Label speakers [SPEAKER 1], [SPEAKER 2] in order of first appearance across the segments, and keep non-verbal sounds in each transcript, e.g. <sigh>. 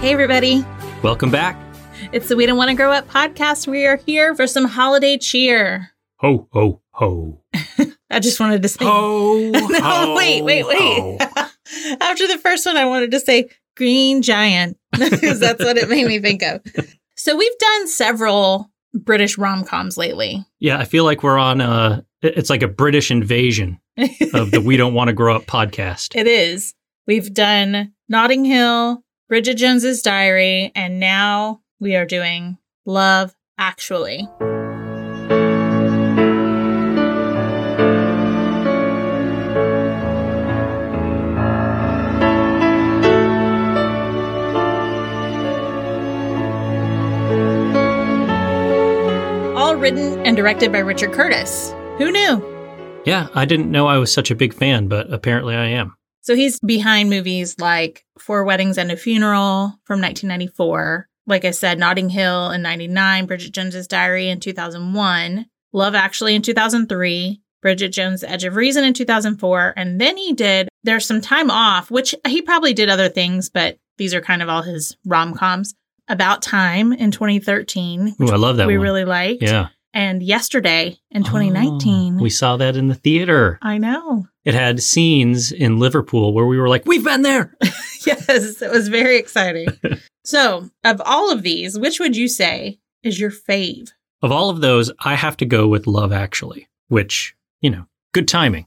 [SPEAKER 1] Hey, everybody.
[SPEAKER 2] Welcome back.
[SPEAKER 1] It's the We Don't Want to Grow Up podcast. We are here for some holiday cheer.
[SPEAKER 2] Ho, ho, ho.
[SPEAKER 1] I just wanted to say.
[SPEAKER 2] Ho,
[SPEAKER 1] no,
[SPEAKER 2] ho,
[SPEAKER 1] <laughs> wait, wait,
[SPEAKER 2] ho.
[SPEAKER 1] wait. <laughs> After the first one, I wanted to say Green Giant <laughs> because that's what it made me think of. So we've done several British rom coms lately. <laughs>
[SPEAKER 2] Yeah, I feel like we're on a, it's like a British invasion of the We Don't Want to Grow Up
[SPEAKER 1] <laughs>
[SPEAKER 2] podcast.
[SPEAKER 1] It is. We've done Notting Hill, Bridget Jones's Diary, and now we are doing Love Actually. All written and directed by Richard Curtis. Who knew?
[SPEAKER 2] Yeah, I didn't know I was such a big fan, but apparently I am.
[SPEAKER 1] So he's behind movies like Four Weddings and a Funeral from 1994. Like I said, Notting Hill in 99, Bridget Jones's Diary in 2001, Love Actually in 2003, Bridget Jones' Edge of Reason in 2004. And then he did There's Some Time Off, which he probably did other things, but these are kind of all his rom coms. About Time in 2013,
[SPEAKER 2] Ooh, I love that
[SPEAKER 1] we
[SPEAKER 2] one.
[SPEAKER 1] really liked.
[SPEAKER 2] yeah.
[SPEAKER 1] And Yesterday in 2019.
[SPEAKER 2] Oh, we saw that in the theater.
[SPEAKER 1] I know.
[SPEAKER 2] It had scenes in Liverpool where we were like, we've been there.
[SPEAKER 1] <laughs> yes, it was very exciting. so, of all of these, which would you say is your fave?
[SPEAKER 2] Of all of those, I have to go with Love Actually, which, you know, good timing.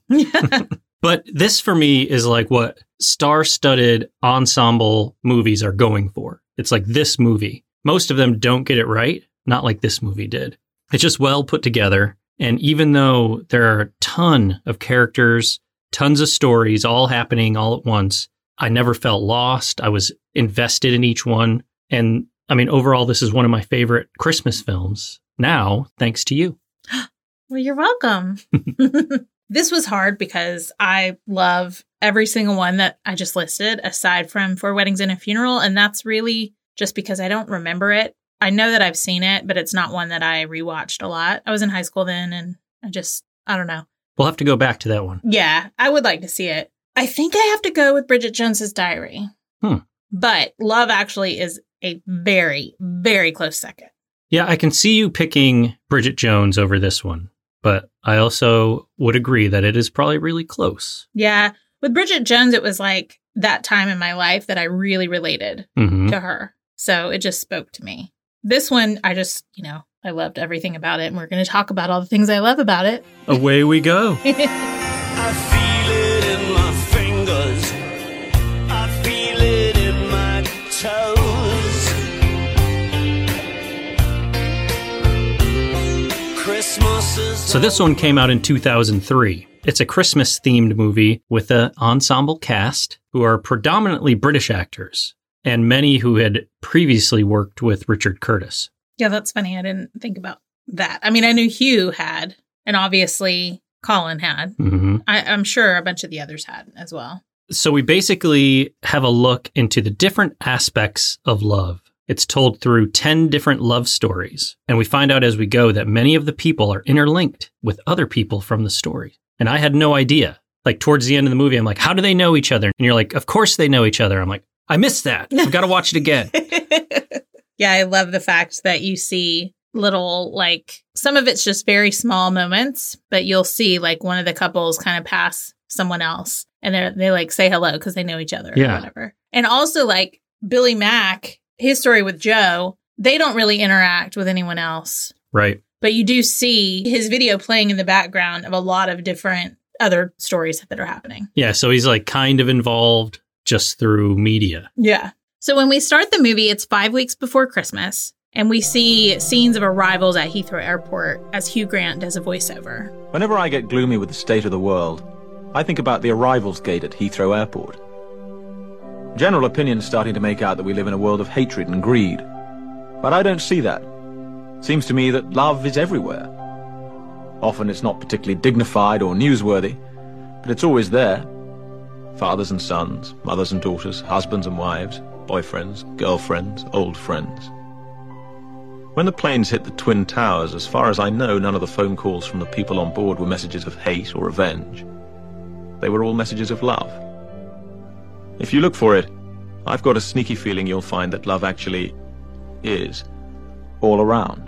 [SPEAKER 2] But this for me is like what star studded ensemble movies are going for. It's like this movie. Most of them don't get it right, not like this movie did. It's just well put together. And even though there are a ton of characters, tons of stories all happening all at once, I never felt lost. I was invested in each one. And I mean, overall, this is one of my favorite Christmas films now, thanks to you.
[SPEAKER 1] well, you're welcome. <laughs> this was hard because I love every single one that I just listed, aside from Four Weddings and a Funeral. And that's really just because I don't remember it. I know that I've seen it, but it's not one that I rewatched a lot. I was in high school then, and I just, I don't know.
[SPEAKER 2] We'll have to go back to that one.
[SPEAKER 1] Yeah, I would like to see it. I think I have to go with Bridget Jones's Diary.
[SPEAKER 2] Hmm.
[SPEAKER 1] But Love Actually is a very, very close second.
[SPEAKER 2] Yeah, I can see you picking Bridget Jones over this one, but I also would agree that it is probably really close.
[SPEAKER 1] Yeah, with Bridget Jones, it was like that time in my life that I really related
[SPEAKER 2] hmm
[SPEAKER 1] to her. So it just spoke to me. This one, I just, you know, I loved everything about it. And we're going to talk about all the things I love about it.
[SPEAKER 2] Away we go.
[SPEAKER 3] I feel it in my fingers. I feel it in my toes. Christmas is
[SPEAKER 2] So this one came out in 2003. It's a Christmas themed movie with an ensemble cast who are predominantly British actors and many who had previously worked with Richard Curtis.
[SPEAKER 1] yeah, that's funny. I didn't think about that. I mean, I knew Hugh had, and obviously Colin had.
[SPEAKER 2] hmm
[SPEAKER 1] I, I'm sure a bunch of the others had as well.
[SPEAKER 2] So we basically have a look into the different aspects of love. It's told through 10 different love stories. And we find out as we go that many of the people are interlinked with other people from the story. And I had no idea. Like towards the end of the movie, I'm like, how do they know each other? And you're like, of course they know each other. I'm like, I missed that. I've got to watch it again. <laughs>
[SPEAKER 1] <laughs> yeah, I love the fact that you see little like some of it's just very small moments, but you'll see like one of the couples kind of pass someone else and they are they like say hello because they know each other or
[SPEAKER 2] Yeah.
[SPEAKER 1] whatever. And also like Billy Mack, his story with Joe, they don't really interact with anyone else,
[SPEAKER 2] Right.
[SPEAKER 1] but you do see his video playing in the background of a lot of different other stories that are happening.
[SPEAKER 2] Yeah. So he's like kind of involved just through media.
[SPEAKER 1] Yeah. So when we start the movie, it's five weeks before Christmas, and we see scenes of arrivals at Heathrow Airport as Hugh Grant does a voiceover.
[SPEAKER 4] Whenever I get gloomy with the state of the world, I think about the arrivals gate at Heathrow Airport. General opinion's starting to make out that we live in a world of hatred and greed. But I don't see that. Seems to me that love is everywhere. Often it's not particularly dignified or newsworthy, but it's always there. Fathers and sons, mothers and daughters, husbands and wives, boyfriends, girlfriends, old friends. When the planes hit the Twin Towers, as far as I know, none of the phone calls from the people on board were messages of hate or revenge. They were all messages of love. If you look for it, I've got a sneaky feeling you'll find that love actually is all around.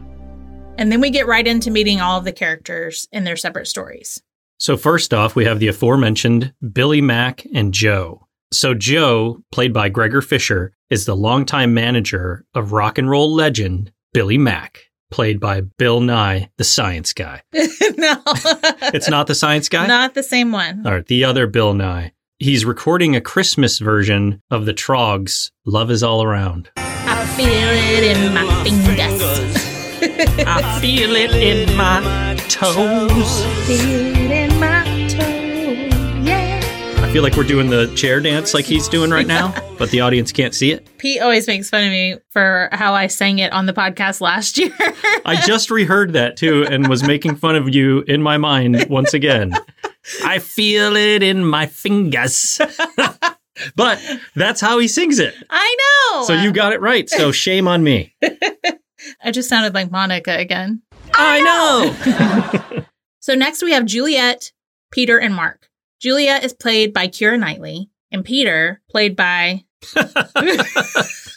[SPEAKER 1] And then we get right into meeting all of the characters and their separate stories. <laughs>
[SPEAKER 2] So, first off, we have the aforementioned Billy Mack and Joe. So, Joe, played by Gregor Fisher, is the longtime manager of rock and roll legend Billy Mack, played by Bill Nye, the science guy.
[SPEAKER 1] no,
[SPEAKER 2] It's not the science <laughs> guy?
[SPEAKER 1] not the same one.
[SPEAKER 2] All right, the other Bill Nye. He's recording a Christmas version of the Trogs' Love Is All Around.
[SPEAKER 1] I feel it in my fingers.
[SPEAKER 2] I feel it in my toes.
[SPEAKER 1] Feel it in my toes. Yeah.
[SPEAKER 2] I feel like we're doing the chair dance like he's doing right now, but the audience can't see it.
[SPEAKER 1] Pete always makes fun of me for how I sang it on the podcast last <laughs> year.
[SPEAKER 2] I just reheard that too and was making fun of you in my mind once again. I feel it in my fingers. <laughs> but that's how he sings it.
[SPEAKER 1] I know.
[SPEAKER 2] So you got it right. So shame on me.
[SPEAKER 1] I just sounded like Monica again.
[SPEAKER 2] I know.
[SPEAKER 1] <laughs> So next we have Juliet, Peter, and Mark. Juliet is played by Kira Knightley, and Peter played
[SPEAKER 2] <laughs>
[SPEAKER 1] by.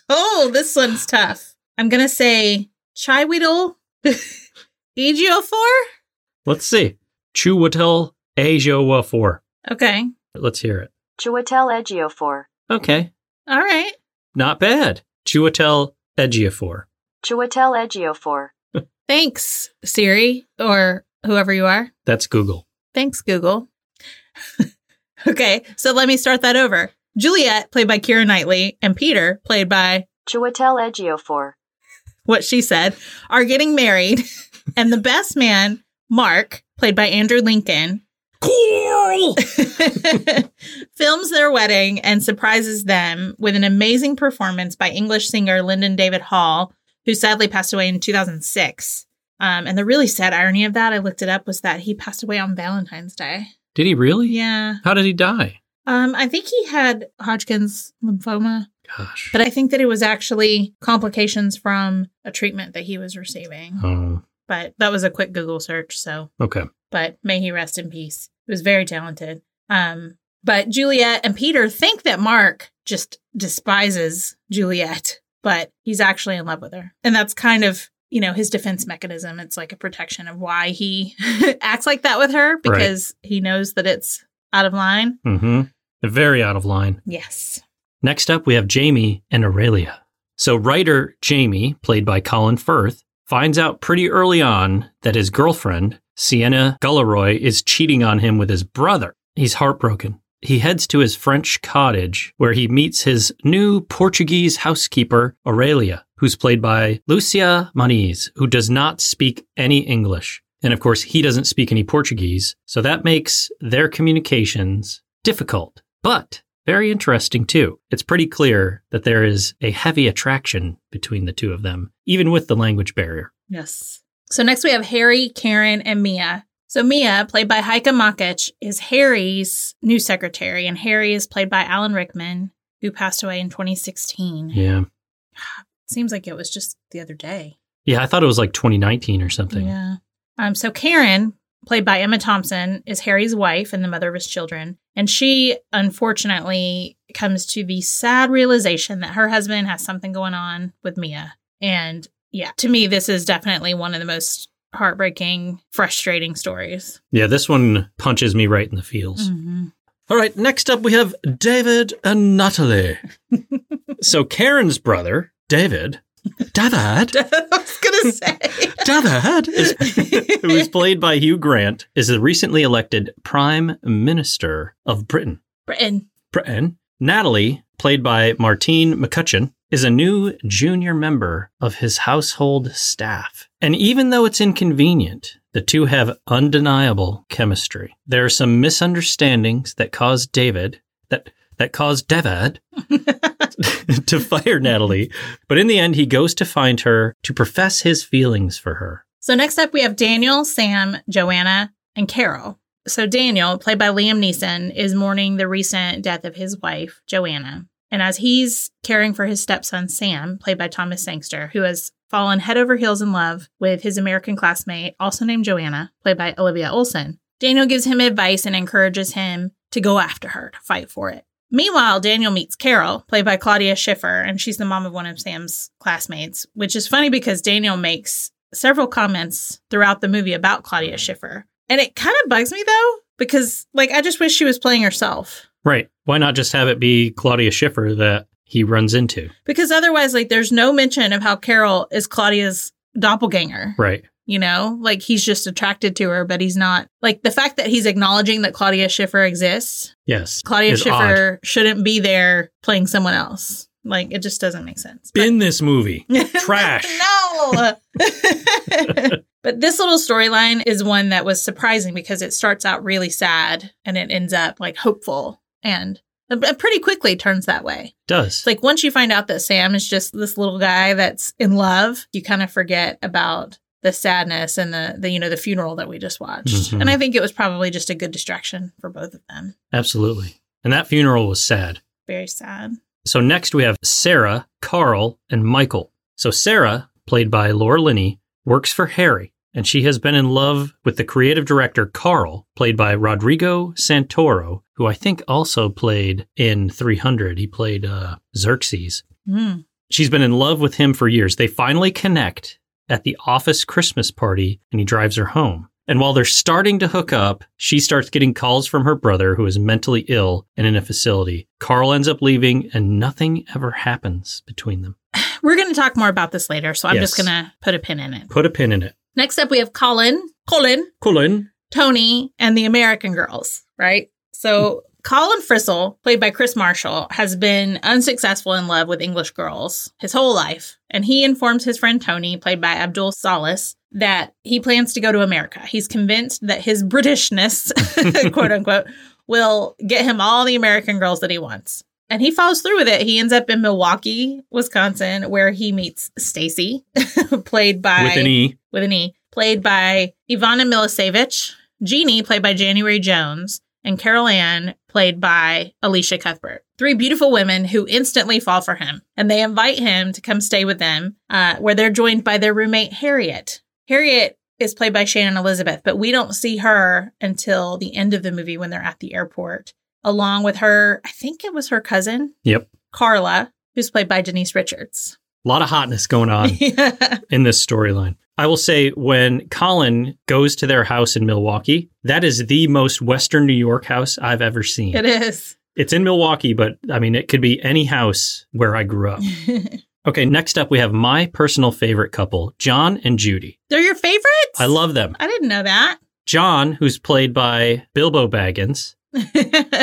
[SPEAKER 1] oh, this one's tough. I'm gonna say <laughs> E Chiweedle, EGO4.
[SPEAKER 2] Let's see. Chuwatel Ajoa 4.
[SPEAKER 1] Okay,
[SPEAKER 2] Let's hear it.
[SPEAKER 5] Chuatel Ejiofor.
[SPEAKER 2] Okay.
[SPEAKER 1] all right.
[SPEAKER 2] Not bad. Chuatel Ejiofor.
[SPEAKER 5] Chuatel Ejiofor.
[SPEAKER 1] Thanks, Siri, or whoever you are.
[SPEAKER 2] That's Google.
[SPEAKER 1] Thanks, Google. <laughs> okay, so let me start that over. Juliet, played by Kira Knightley, and Peter, played by
[SPEAKER 5] Chuatel Ejiofor.
[SPEAKER 1] what she said, are getting married. <laughs> and the best man, Mark, played by Andrew Lincoln,
[SPEAKER 2] Cool.
[SPEAKER 1] <laughs> films their wedding and surprises them with an amazing performance by English singer Lyndon David Hall, who sadly passed away in 2006. Um, and the really sad irony of that, I looked it up, was that he passed away on Valentine's Day.
[SPEAKER 2] Did he really?
[SPEAKER 1] Yeah.
[SPEAKER 2] How did he die?
[SPEAKER 1] Um, I think he had Hodgkin's lymphoma,
[SPEAKER 2] Gosh.
[SPEAKER 1] but I think that it was actually complications from a treatment that he was receiving.
[SPEAKER 2] oh,
[SPEAKER 1] But that was a quick Google search, so
[SPEAKER 2] okay.
[SPEAKER 1] but may he rest in peace. He was very talented. Um, but Juliet and Peter think that Mark just despises Juliet, but he's actually in love with her. And that's kind of, you know, his defense mechanism. It's like a protection of why he <laughs> acts like that with her because he knows that it's out of line.
[SPEAKER 2] Mm-hmm. Very out of line.
[SPEAKER 1] Yes.
[SPEAKER 2] Next up, we have Jamie and Aurelia. So, writer Jamie, played by Colin Firth, finds out pretty early on that his girlfriend, Sienna Gulleroy, is cheating on him with his brother. He's heartbroken. He heads to his French cottage where he meets his new Portuguese housekeeper, Aurelia, who's played by Lucia Maniz, who does not speak any English. And of course, he doesn't speak any Portuguese. So that makes their communications difficult, but very interesting too. It's pretty clear that there is a heavy attraction between the two of them, even with the language barrier.
[SPEAKER 1] Yes. So next we have Harry, Karen, and Mia. So Mia, played by Heike Makich, is Harry's new secretary, and Harry is played by Alan Rickman, who passed away in 2016.
[SPEAKER 2] Yeah.
[SPEAKER 1] Seems like it was just the other day.
[SPEAKER 2] Yeah, I thought it was like 2019 or something.
[SPEAKER 1] Yeah. Um, so Karen, played by Emma Thompson, is Harry's wife and the mother of his children. And she, unfortunately, comes to the sad realization that her husband has something going on with Mia. And yeah, to me, this is definitely one of the most heartbreaking, frustrating stories.
[SPEAKER 2] Yeah, this one punches me right in the feels.
[SPEAKER 1] Mm.
[SPEAKER 2] All right, next up we have David and Natalie. so Karen's brother, David,
[SPEAKER 1] <laughs>
[SPEAKER 2] David,
[SPEAKER 1] I was gonna say.
[SPEAKER 2] David is who is played by Hugh Grant, is the recently elected Prime Minister of Britain.
[SPEAKER 1] Britain.
[SPEAKER 2] Britain. Natalie, played by Martine McCutcheon, is a new junior member of his household staff. And even though it's inconvenient, the two have undeniable chemistry. There are some misunderstandings that cause David that that
[SPEAKER 1] <laughs>
[SPEAKER 2] caused David to fire Natalie, but in the end he goes to find her to profess his feelings for her.
[SPEAKER 1] So next up we have Daniel, Sam, Joanna, and Carol. So Daniel, played by Liam Neeson, is mourning the recent death of his wife, Joanna. And as he's caring for his stepson Sam, played by Thomas Sangster, who has fallen head over heels in love with his American classmate, also named Joanna, played by Olivia Olson, Daniel gives him advice and encourages him to go after her, to fight for it. Meanwhile, Daniel meets Carol, played by Claudia Schiffer, and she's the mom of one of Sam's classmates, which is funny because Daniel makes several comments throughout the movie about Claudia Schiffer. And it kind of bugs me though, because like I just wish she was playing herself.
[SPEAKER 2] Right. Why not just have it be Claudia Schiffer that he runs into?
[SPEAKER 1] Because otherwise, like there's no mention of how Carol is Claudia's doppelganger.
[SPEAKER 2] Right.
[SPEAKER 1] You know, like he's just attracted to her, but he's not like the fact that he's acknowledging that Claudia Schiffer exists
[SPEAKER 2] Yes.
[SPEAKER 1] Claudia
[SPEAKER 2] is
[SPEAKER 1] Schiffer shouldn't be there playing someone else. Like it just doesn't make sense. But-
[SPEAKER 2] In this movie. Trash.
[SPEAKER 1] no. but this little storyline is one that was surprising because it starts out really sad and it ends up like hopeful and it pretty quickly turns that way.
[SPEAKER 2] Does.
[SPEAKER 1] It's like once you find out that Sam is just this little guy that's in love, you kind of forget about the sadness and the, the you know the funeral that we just watched.
[SPEAKER 2] Mhm.
[SPEAKER 1] And I think it was probably just a good distraction for both of them.
[SPEAKER 2] Absolutely. And that funeral was sad.
[SPEAKER 1] Very sad.
[SPEAKER 2] So next we have Sarah, Carl, and Michael. So Sarah, played by Laura Linney, works for Harry, and she has been in love with the creative director Carl, played by Rodrigo Santoro, who I think also played in 300. He played uh, Xerxes.
[SPEAKER 1] Mm.
[SPEAKER 2] She's been in love with him for years. They finally connect at the office Christmas party and he drives her home. And while they're starting to hook up, she starts getting calls from her brother who is mentally ill and in a facility. Carl ends up leaving and nothing ever happens between them.
[SPEAKER 1] We're going to talk more about this later, so I'm just
[SPEAKER 2] Yes.
[SPEAKER 1] going to put a pin in it.
[SPEAKER 2] Put a pin in it.
[SPEAKER 1] Next up, we have Colin, Colin,
[SPEAKER 2] Colin.
[SPEAKER 1] Tony, and the American Girls, right? So Colin Frissell, played by Chris Marshall, has been unsuccessful in love with English girls his whole life. And he informs his friend Tony, played by Abdul Salas, that he plans to go to America. He's convinced that his Britishness, <laughs> quote unquote, will get him all the American girls that he wants. And he follows through with it. He ends up in Milwaukee, Wisconsin, where he meets Stacy, <laughs> played by
[SPEAKER 2] With an E.
[SPEAKER 1] with an E, played by Ivana Milosevic, Jeannie, played by January Jones, and Carol Ann, played by Alicia Cuthbert. Three beautiful women who instantly fall for him, and they invite him to come stay with them, uh, where they're joined by their roommate, Harriet. Harriet is played by Shannon Elizabeth, but we don't see her until the end of the movie when they're at the airport, along with her, I think it was her cousin.
[SPEAKER 2] Yep.
[SPEAKER 1] Carla, who's played by Denise Richards. <laughs>
[SPEAKER 2] A lot of hotness going on. in this storyline. I will say when Colin goes to their house in Milwaukee, that is the most Western New York house I've ever seen.
[SPEAKER 1] it is.
[SPEAKER 2] It's in Milwaukee, but I mean, it could be any house where I grew up. Okay, next up, we have my personal favorite couple, John and Judy.
[SPEAKER 1] They're your favorites?
[SPEAKER 2] I love them.
[SPEAKER 1] I didn't know that.
[SPEAKER 2] John, who's played by Bilbo Baggins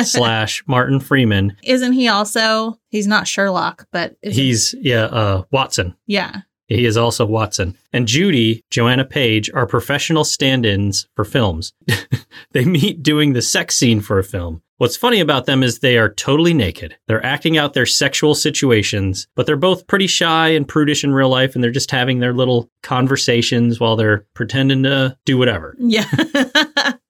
[SPEAKER 2] slash Martin Freeman,
[SPEAKER 1] <laughs> Isn't he also? He's not Sherlock, but is he,
[SPEAKER 2] he's, yeah, uh, Watson.
[SPEAKER 1] yeah.
[SPEAKER 2] He is also Watson. And Judy, Joanna Page, are professional stand ins for films. <laughs> they meet doing the sex scene for a film. What's funny about them is they are totally naked. They're acting out their sexual situations, but they're both pretty shy and prudish in real life, and they're just having their little conversations while they're pretending to do whatever.
[SPEAKER 1] Yeah. <laughs>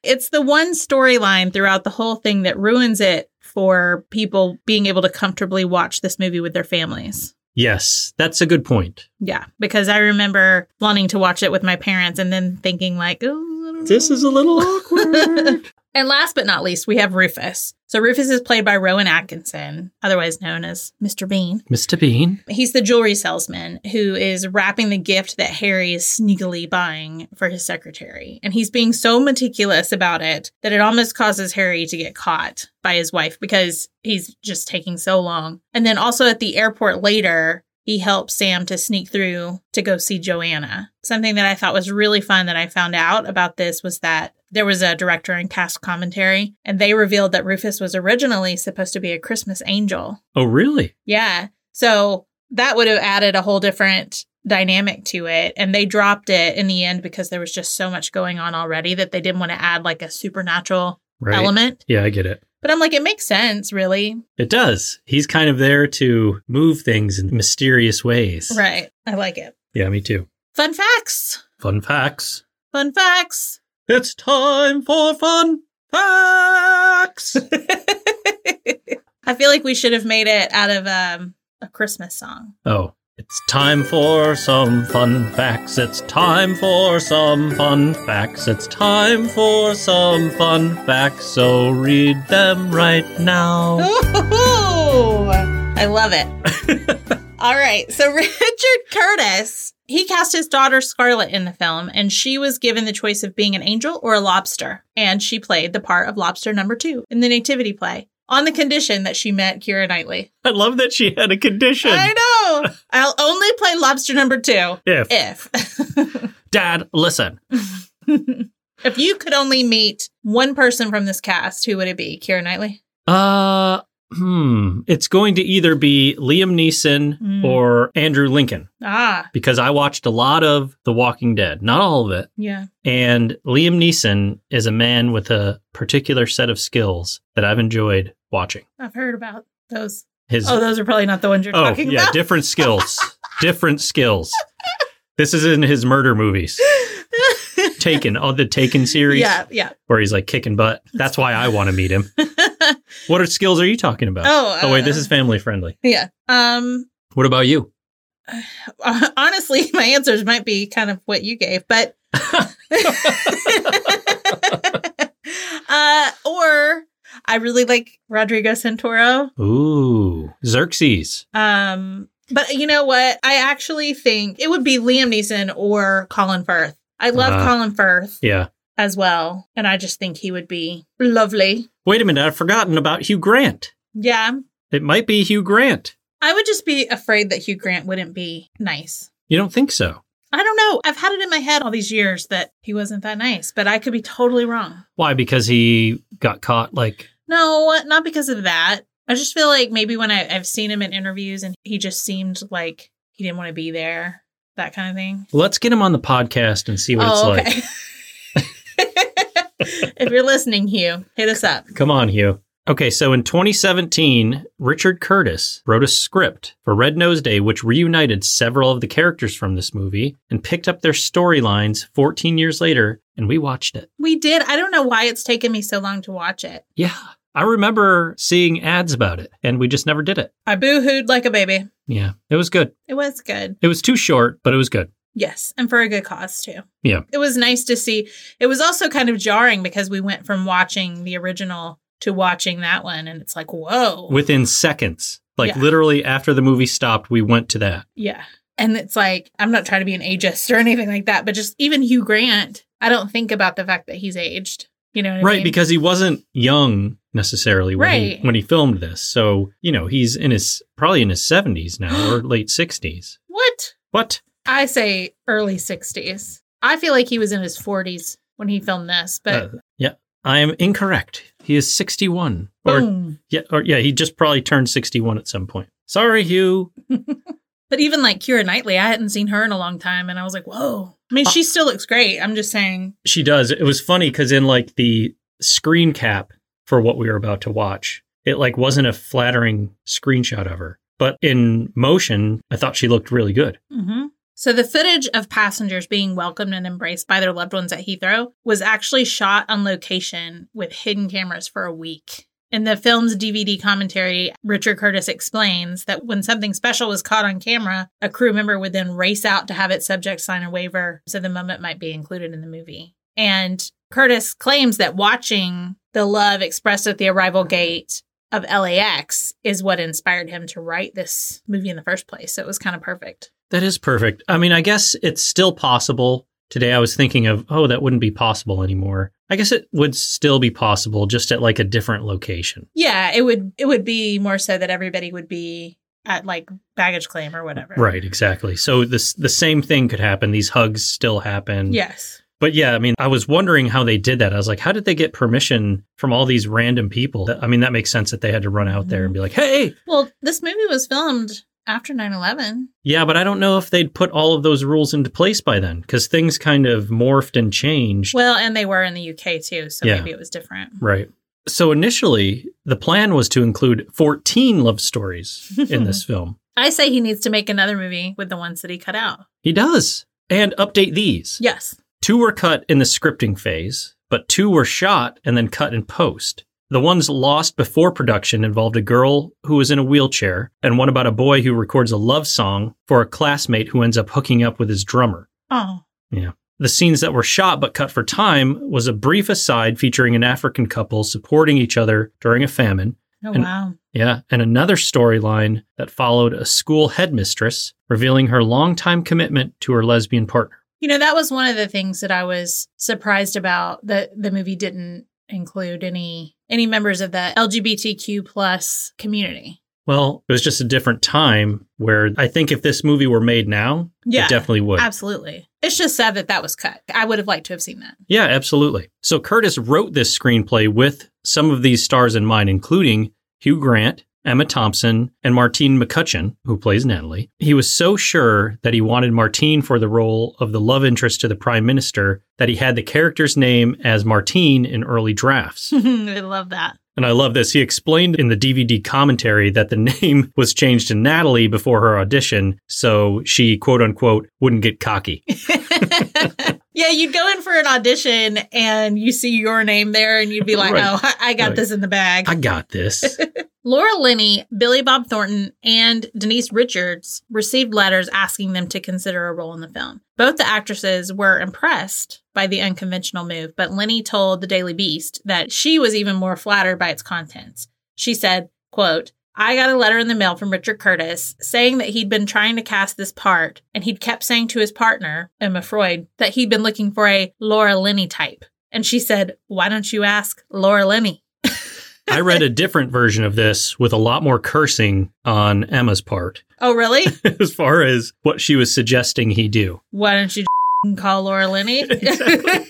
[SPEAKER 1] it's the one storyline throughout the whole thing that ruins it for people being able to comfortably watch this movie with their families.
[SPEAKER 2] Yes, that's a good point.
[SPEAKER 1] Yeah, because I remember wanting to watch it with my parents and then thinking like, "Ooh, I don't
[SPEAKER 2] This
[SPEAKER 1] know."
[SPEAKER 2] is a little <laughs> awkward.
[SPEAKER 1] And last but not least, we have Rufus. So Rufus is played by Rowan Atkinson, otherwise known as Mr. Bean.
[SPEAKER 2] Mr. Bean?
[SPEAKER 1] He's the jewelry salesman who is wrapping the gift that Harry is sneakily buying for his secretary. And he's being so meticulous about it that it almost causes Harry to get caught by his wife because he's just taking so long. And then also at the airport later, he helps Sam to sneak through to go see Joanna. Something that I thought was really fun that I found out about this was that there was a director and cast commentary, and they revealed that Rufus was originally supposed to be a Christmas angel.
[SPEAKER 2] Oh, really?
[SPEAKER 1] Yeah. So that would have added a whole different dynamic to it. And they dropped it in the end because there was just so much going on already that they didn't want to add like a supernatural
[SPEAKER 2] Right.
[SPEAKER 1] element.
[SPEAKER 2] Yeah, I get it.
[SPEAKER 1] But I'm like, it makes sense, really.
[SPEAKER 2] It does. He's kind of there to move things in mysterious ways.
[SPEAKER 1] Right. I like it.
[SPEAKER 2] Yeah, me too.
[SPEAKER 1] Fun facts.
[SPEAKER 2] Fun facts.
[SPEAKER 1] Fun facts. <laughs>
[SPEAKER 2] It's time for fun facts.
[SPEAKER 1] I feel like we should have made it out of um, a Christmas song.
[SPEAKER 2] oh, It's time for some fun facts. It's time for some fun facts. It's time for some fun facts. So read them right now.
[SPEAKER 1] Ooh, <laughs> I love it.
[SPEAKER 2] <laughs>
[SPEAKER 1] All right. So <laughs> Richard Curtis, he cast his daughter Scarlett in the film, and she was given the choice of being an angel or a lobster. And she played the part of lobster number two in the nativity play on the condition that she met Kira Knightley.
[SPEAKER 2] I love that she had a condition.
[SPEAKER 1] I
[SPEAKER 2] <laughs>
[SPEAKER 1] know. I'll only play lobster number two
[SPEAKER 2] If
[SPEAKER 1] if. <laughs>
[SPEAKER 2] Dad, listen.
[SPEAKER 1] if you could only meet one person from this cast, who would it be? Kira Knightley?
[SPEAKER 2] Uh, hmm. It's going to either be Liam Neeson
[SPEAKER 1] Mm.
[SPEAKER 2] or Andrew Lincoln
[SPEAKER 1] Ah,
[SPEAKER 2] because I watched a lot of The Walking Dead, not all of it.
[SPEAKER 1] yeah.
[SPEAKER 2] And Liam Neeson is a man with a particular set of skills that I've enjoyed watching.
[SPEAKER 1] I've heard about those.
[SPEAKER 2] His
[SPEAKER 1] Oh, those are probably not the ones you're
[SPEAKER 2] Oh,
[SPEAKER 1] talking
[SPEAKER 2] yeah,
[SPEAKER 1] about. <laughs>
[SPEAKER 2] different skills, different skills. This is in his murder movies, Taken, on the Taken series,
[SPEAKER 1] yeah, yeah.
[SPEAKER 2] where he's like kicking butt. That's why I want to meet him. What are skills are you talking about?
[SPEAKER 1] Oh,
[SPEAKER 2] oh wait, this
[SPEAKER 1] uh,
[SPEAKER 2] is family friendly.
[SPEAKER 1] <laughs> yeah. Um, <laughs>
[SPEAKER 2] What about you?
[SPEAKER 1] honestly, <laughs> my answers might be kind of what you gave, but <laughs> uh, or I really like Rodrigo Santoro.
[SPEAKER 2] Ooh, Xerxes.
[SPEAKER 1] Um, but you know what? I actually think it would be Liam Neeson or Colin Firth. I love
[SPEAKER 2] Uh,
[SPEAKER 1] Colin Firth
[SPEAKER 2] Yeah.
[SPEAKER 1] as well, and I just think he would be lovely.
[SPEAKER 2] Wait a minute, I've forgotten about Hugh Grant.
[SPEAKER 1] Yeah,
[SPEAKER 2] It might be Hugh Grant.
[SPEAKER 1] I would just be afraid that Hugh Grant wouldn't be nice.
[SPEAKER 2] You don't think so?
[SPEAKER 1] I don't know. I've had it in my head all these years that he wasn't that nice, but I could be totally wrong.
[SPEAKER 2] Why? Because he got caught like
[SPEAKER 1] No, not because of that. I just feel like maybe when I, I've seen him in interviews and he just seemed like he didn't want to be there, that kind of thing. Oh,
[SPEAKER 2] let's get him on the podcast and see what it's like.
[SPEAKER 1] <laughs> if you're listening, Hugh, hit us up.
[SPEAKER 2] Come on, Hugh. Okay, so in 2017, Richard Curtis wrote a script for Red Nose Day, which reunited several of the characters from this movie and picked up their storylines 14 years later, and we watched it.
[SPEAKER 1] We did. I don't know why it's taken me so long to watch it.
[SPEAKER 2] Yeah, I remember seeing ads about it, and we just never did it.
[SPEAKER 1] I boo hooed like a baby.
[SPEAKER 2] Yeah, it was good.
[SPEAKER 1] It was good.
[SPEAKER 2] It was too short, but it was good.
[SPEAKER 1] Yes, and for a good cause too.
[SPEAKER 2] Yeah.
[SPEAKER 1] It was nice to see. It was also kind of jarring because we went from watching the original to watching that one and it's like, whoa.
[SPEAKER 2] Within seconds, like
[SPEAKER 1] Yeah.
[SPEAKER 2] literally after the movie stopped, we went to that.
[SPEAKER 1] yeah. And it's like, I'm not trying to be an ageist or <laughs> anything like that, but just even Hugh Grant, I don't think about the fact that he's aged. You know what I
[SPEAKER 2] right,
[SPEAKER 1] mean?
[SPEAKER 2] because he wasn't young necessarily when,
[SPEAKER 1] Right.
[SPEAKER 2] he, when he filmed this. So, you know, he's in his probably in his
[SPEAKER 1] <gasps>
[SPEAKER 2] 70s now or late 60s.
[SPEAKER 1] what?
[SPEAKER 2] What?
[SPEAKER 1] I say early 60s. I feel like he was in his 40s when he filmed this, but
[SPEAKER 2] Uh, yeah, I am incorrect. He is 61 or
[SPEAKER 1] boom.
[SPEAKER 2] yeah, or yeah, he just probably turned 61 at some point. Sorry, Hugh.
[SPEAKER 1] But even like Kira Knightley, I hadn't seen her in a long time, and I was like, whoa. I
[SPEAKER 2] Uh,
[SPEAKER 1] mean, she still looks great. I'm just saying.
[SPEAKER 2] She does. It was funny because in like the screen cap for what we were about to watch, it like wasn't a flattering screenshot of her. But in motion, I thought she looked really good.
[SPEAKER 1] Mm-hmm. So the footage of passengers being welcomed and embraced by their loved ones at Heathrow was actually shot on location with hidden cameras for a week. In the film's DVD commentary, Richard Curtis explains that when something special was caught on camera, a crew member would then race out to have its subject sign a waiver so the moment might be included in the movie. And Curtis claims that watching the love expressed at the arrival gate of LAX is what inspired him to write this movie in the first place. So it was kind of perfect.
[SPEAKER 2] That is perfect. I mean, I guess it's still possible. Today I was thinking of, oh, that wouldn't be possible anymore. I guess it would still be possible just at like a different location.
[SPEAKER 1] Yeah, it would it would be more so that everybody would be at like baggage claim or whatever.
[SPEAKER 2] Right, exactly. So this the same thing could happen. These hugs still happen.
[SPEAKER 1] Yes.
[SPEAKER 2] But yeah, I mean, I was wondering how they did that. I was like, how did they get permission from all these random people? That- I mean, that makes sense that they had to run out there and be like, "Hey,
[SPEAKER 1] Well, this movie was filmed after 9/11.
[SPEAKER 2] yeah, but I don't know if they'd put all of those rules into place by then cuz things kind of morphed and changed."
[SPEAKER 1] Well, and they were in the UK too, so
[SPEAKER 2] Yeah.
[SPEAKER 1] maybe it was different.
[SPEAKER 2] Right. So initially, the plan was to include 14 love stories in this film.
[SPEAKER 1] I say he needs to make another movie with the ones that he cut out.
[SPEAKER 2] He does. And update these.
[SPEAKER 1] Yes.
[SPEAKER 2] Two were cut in the scripting phase, but two were shot and then cut in post. The ones lost before production involved a girl who was in a wheelchair, and one about a boy who records a love song for a classmate who ends up hooking up with his drummer.
[SPEAKER 1] Oh,
[SPEAKER 2] The scenes that were shot but cut for time was a brief aside featuring an African couple supporting each other during a famine.
[SPEAKER 1] oh
[SPEAKER 2] And-
[SPEAKER 1] wow.
[SPEAKER 2] Yeah, and another storyline that followed a school headmistress revealing her longtime commitment to her lesbian partner.
[SPEAKER 1] You know, that was one of the things that I was surprised about that the movie didn't include any any members of the LGBTQ plus community.
[SPEAKER 2] Well, it was just a different time where I think if this movie were made now,
[SPEAKER 1] Yeah,
[SPEAKER 2] it definitely would.
[SPEAKER 1] Absolutely. It's just sad that that was cut. I would have liked to have seen that.
[SPEAKER 2] Yeah, absolutely. So Curtis wrote this screenplay with some of these stars in mind, including Hugh Grant, Emma Thompson, and Martine McCutcheon, who plays Natalie. He was so sure that he wanted Martine for the role of the love interest to the prime minister that he had the character's name as Martine in early
[SPEAKER 1] <laughs>
[SPEAKER 2] drafts.
[SPEAKER 1] I love that.
[SPEAKER 2] and I love this. He explained in the DVD commentary that the <laughs> name was changed to Natalie before her audition, so she, quote unquote, wouldn't get cocky.
[SPEAKER 1] yeah, you'd go in for an audition and you see your name there and you'd be like,
[SPEAKER 2] Right.
[SPEAKER 1] oh, I- I got
[SPEAKER 2] Right.
[SPEAKER 1] this in the bag.
[SPEAKER 2] I got this.
[SPEAKER 1] Laura Linney, Billy Bob Thornton, and Denise Richards received letters asking them to consider a role in the film. Both the actresses were impressed by the unconventional move, but Linney told the Daily Beast that she was even more flattered by its contents. She said, quote, I got a letter in the mail from Richard Curtis saying that he'd been trying to cast this part, and he'd kept saying to his partner, Emma Freud, that he'd been looking for a Laura Linney type. And she said, Why don't you ask Laura Linney?
[SPEAKER 2] I read a different version of this with a lot more cursing on Emma's part <laughs>
[SPEAKER 1] Oh, really?
[SPEAKER 2] as far as what she was suggesting he do.
[SPEAKER 1] why don't you <laughs> call Laura <laughs> Linney?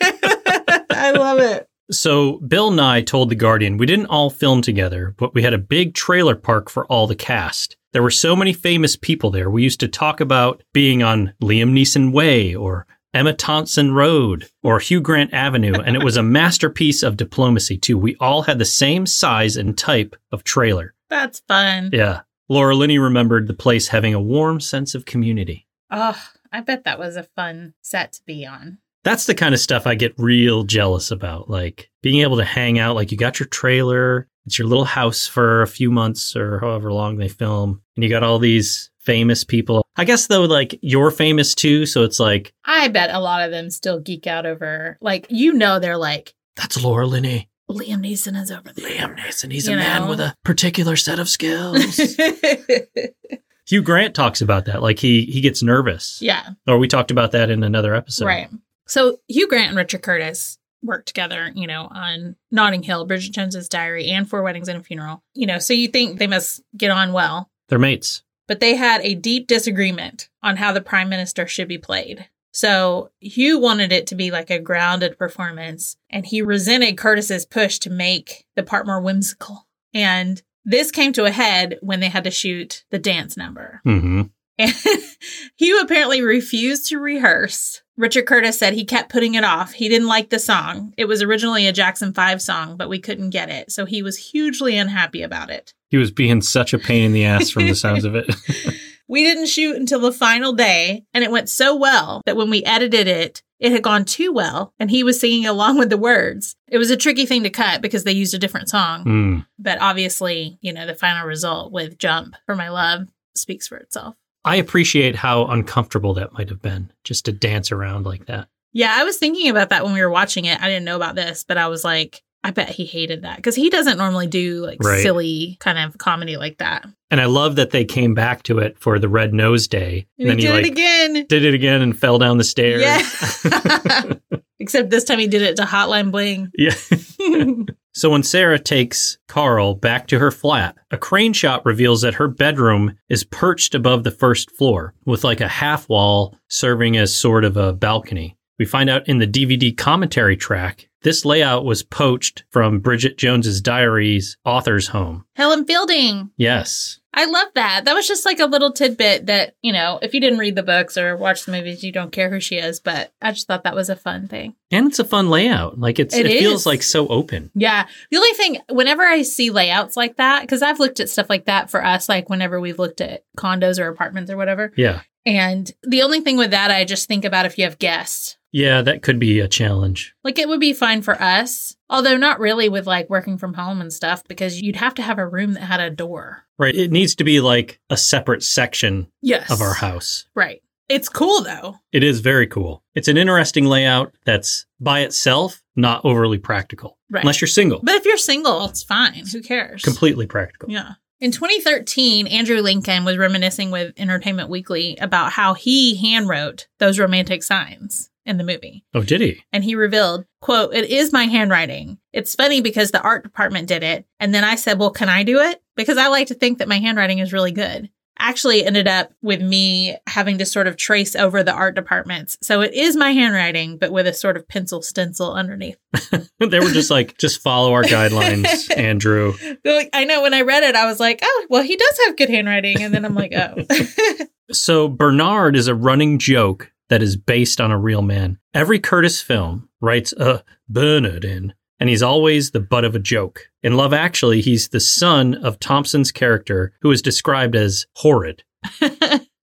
[SPEAKER 1] I love it.
[SPEAKER 2] So, Bill Nye told The Guardian, We didn't all film together, but we had a big trailer park for all the cast. There were so many famous people there. We used to talk about being on Liam Neeson Way or Emma Thompson Road or Hugh Grant Avenue, and it was a masterpiece of diplomacy, too. We all had the same size and type of trailer.
[SPEAKER 1] That's fun.
[SPEAKER 2] Yeah. Laura Linney remembered the place having a warm sense of community.
[SPEAKER 1] Oh, I bet that was a fun set to be on.
[SPEAKER 2] That's the kind of stuff I get real jealous about. Like being able to hang out, like you got your trailer, it's your little house for a few months or however long they film, and you got all these famous people. I guess though, like you're famous too. So it's like,
[SPEAKER 1] I bet a lot of them still geek out over, like, you know, they're like,
[SPEAKER 2] that's Laura Linney.
[SPEAKER 1] Liam Neeson is over there.
[SPEAKER 2] Liam Neeson, he's
[SPEAKER 1] You
[SPEAKER 2] a man
[SPEAKER 1] know?
[SPEAKER 2] with a particular set
[SPEAKER 1] <laughs>
[SPEAKER 2] of skills. Hugh Grant talks about that. Like he he gets nervous.
[SPEAKER 1] yeah,
[SPEAKER 2] Or we talked about that in another episode.
[SPEAKER 1] right. So Hugh Grant and Richard Curtis worked together, you know, on Notting Hill, Bridget Jones's Diary, and Four Weddings and a Funeral. You know, so you think they must get on well.
[SPEAKER 2] They're mates.
[SPEAKER 1] but they had a deep disagreement on how the prime minister should be played. So Hugh wanted it to be like a grounded performance, and he resented Curtis's push to make the part more whimsical. And this came to a head when they had to shoot the dance number.
[SPEAKER 2] Mm-hmm.
[SPEAKER 1] And <laughs> Hugh apparently refused to rehearse. Richard Curtis said he kept putting it off. He didn't like the song. It was originally a Jackson 5 song, but we couldn't get it. So he was hugely unhappy about it.
[SPEAKER 2] He was being such a pain in the ass from the sounds
[SPEAKER 1] <laughs>
[SPEAKER 2] of it.
[SPEAKER 1] We didn't shoot until the final day, and it went so well that when we edited it, it had gone too well, and he was singing along with the words. It was a tricky thing to cut because they used a different song,
[SPEAKER 2] Mm.
[SPEAKER 1] but obviously, you know, the final result with Jump for My Love speaks for itself.
[SPEAKER 2] I appreciate how uncomfortable that might have been just to dance around like that.
[SPEAKER 1] Yeah, I was thinking about that when we were watching it. I didn't know about this, but I was like, I bet he hated that because he doesn't normally do like
[SPEAKER 2] Right.
[SPEAKER 1] silly kind of comedy like that.
[SPEAKER 2] And I love that they came back to it for the Red Nose Day.
[SPEAKER 1] And he did it again.
[SPEAKER 2] did it again and fell down the stairs.
[SPEAKER 1] Yeah. <laughs> Except this time he did it to Hotline Bling.
[SPEAKER 2] Yeah. <laughs> so when Sarah takes Carl back to her flat, a crane shot reveals that her bedroom is perched above the first floor with like a half wall serving as sort of a balcony. We find out in the DVD commentary track, this layout was poached from Bridget Jones's diaries author's home.
[SPEAKER 1] Helen Fielding.
[SPEAKER 2] Yes.
[SPEAKER 1] I love that. That was just like a little tidbit that, you know, if you didn't read the books or watch the movies, you don't care who she is. But I just thought that was a fun thing.
[SPEAKER 2] And it's a fun layout. Like it's
[SPEAKER 1] It
[SPEAKER 2] it,
[SPEAKER 1] is.
[SPEAKER 2] feels like so open.
[SPEAKER 1] Yeah. The only thing, whenever I see layouts like that, because I've looked at stuff like that for us, like whenever we've looked at condos or apartments or whatever.
[SPEAKER 2] Yeah.
[SPEAKER 1] And the only thing with that, I just think about if you have guests.
[SPEAKER 2] Yeah, that could be a challenge.
[SPEAKER 1] Like it would be fine for us, although not really with like working from home and stuff because you'd have to have a room that had a door.
[SPEAKER 2] Right. It needs to be like a separate section
[SPEAKER 1] Yes.
[SPEAKER 2] of our house.
[SPEAKER 1] Right. It's cool though.
[SPEAKER 2] It is very cool. It's an interesting layout that's by itself not overly practical.
[SPEAKER 1] Right.
[SPEAKER 2] Unless you're single.
[SPEAKER 1] But if you're single, it's fine. Who cares?
[SPEAKER 2] Completely practical.
[SPEAKER 1] Yeah. In 2013, Andrew Lincoln was reminiscing with Entertainment Weekly about how he handwrote those romantic signs in the movie.
[SPEAKER 2] Oh, did he? <laughs>
[SPEAKER 1] And he revealed, quote, it is my handwriting. It's funny because the art department did it. And then I said, well, can I do it? Because I like to think that my handwriting is really good. Actually ended up with me having to sort of trace over the art departments. So it is my handwriting, but with a sort of pencil stencil underneath.
[SPEAKER 2] they were just like, just follow our guidelines,
[SPEAKER 1] <laughs>
[SPEAKER 2] Andrew.
[SPEAKER 1] Like, I know when I read it, I was like, oh, well, he does have good handwriting. And then I'm like, oh. <laughs>
[SPEAKER 2] So Bernard is a running joke that is based on a real man. Every Curtis film writes a Bernard in, and he's always the butt of a joke. In Love Actually, he's the son of Thompson's character, who is described as horrid.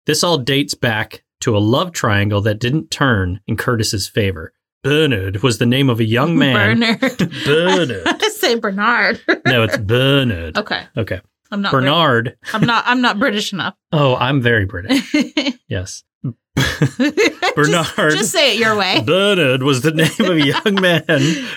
[SPEAKER 2] this all dates back to a love triangle that didn't turn in Curtis's favor. Bernard was the name of a young man.
[SPEAKER 1] Bernard. <laughs>
[SPEAKER 2] Bernard.
[SPEAKER 1] I say Bernard.
[SPEAKER 2] No, it's Bernard.
[SPEAKER 1] <laughs> Okay.
[SPEAKER 2] Okay.
[SPEAKER 1] I'm not Bernard.
[SPEAKER 2] Bernard.
[SPEAKER 1] I'm not I'm not British enough. <laughs>
[SPEAKER 2] Oh, I'm very British. Yes.
[SPEAKER 1] Just,
[SPEAKER 2] Bernard.
[SPEAKER 1] just say it your way.
[SPEAKER 2] <laughs> Bernard was the name of a young <laughs> man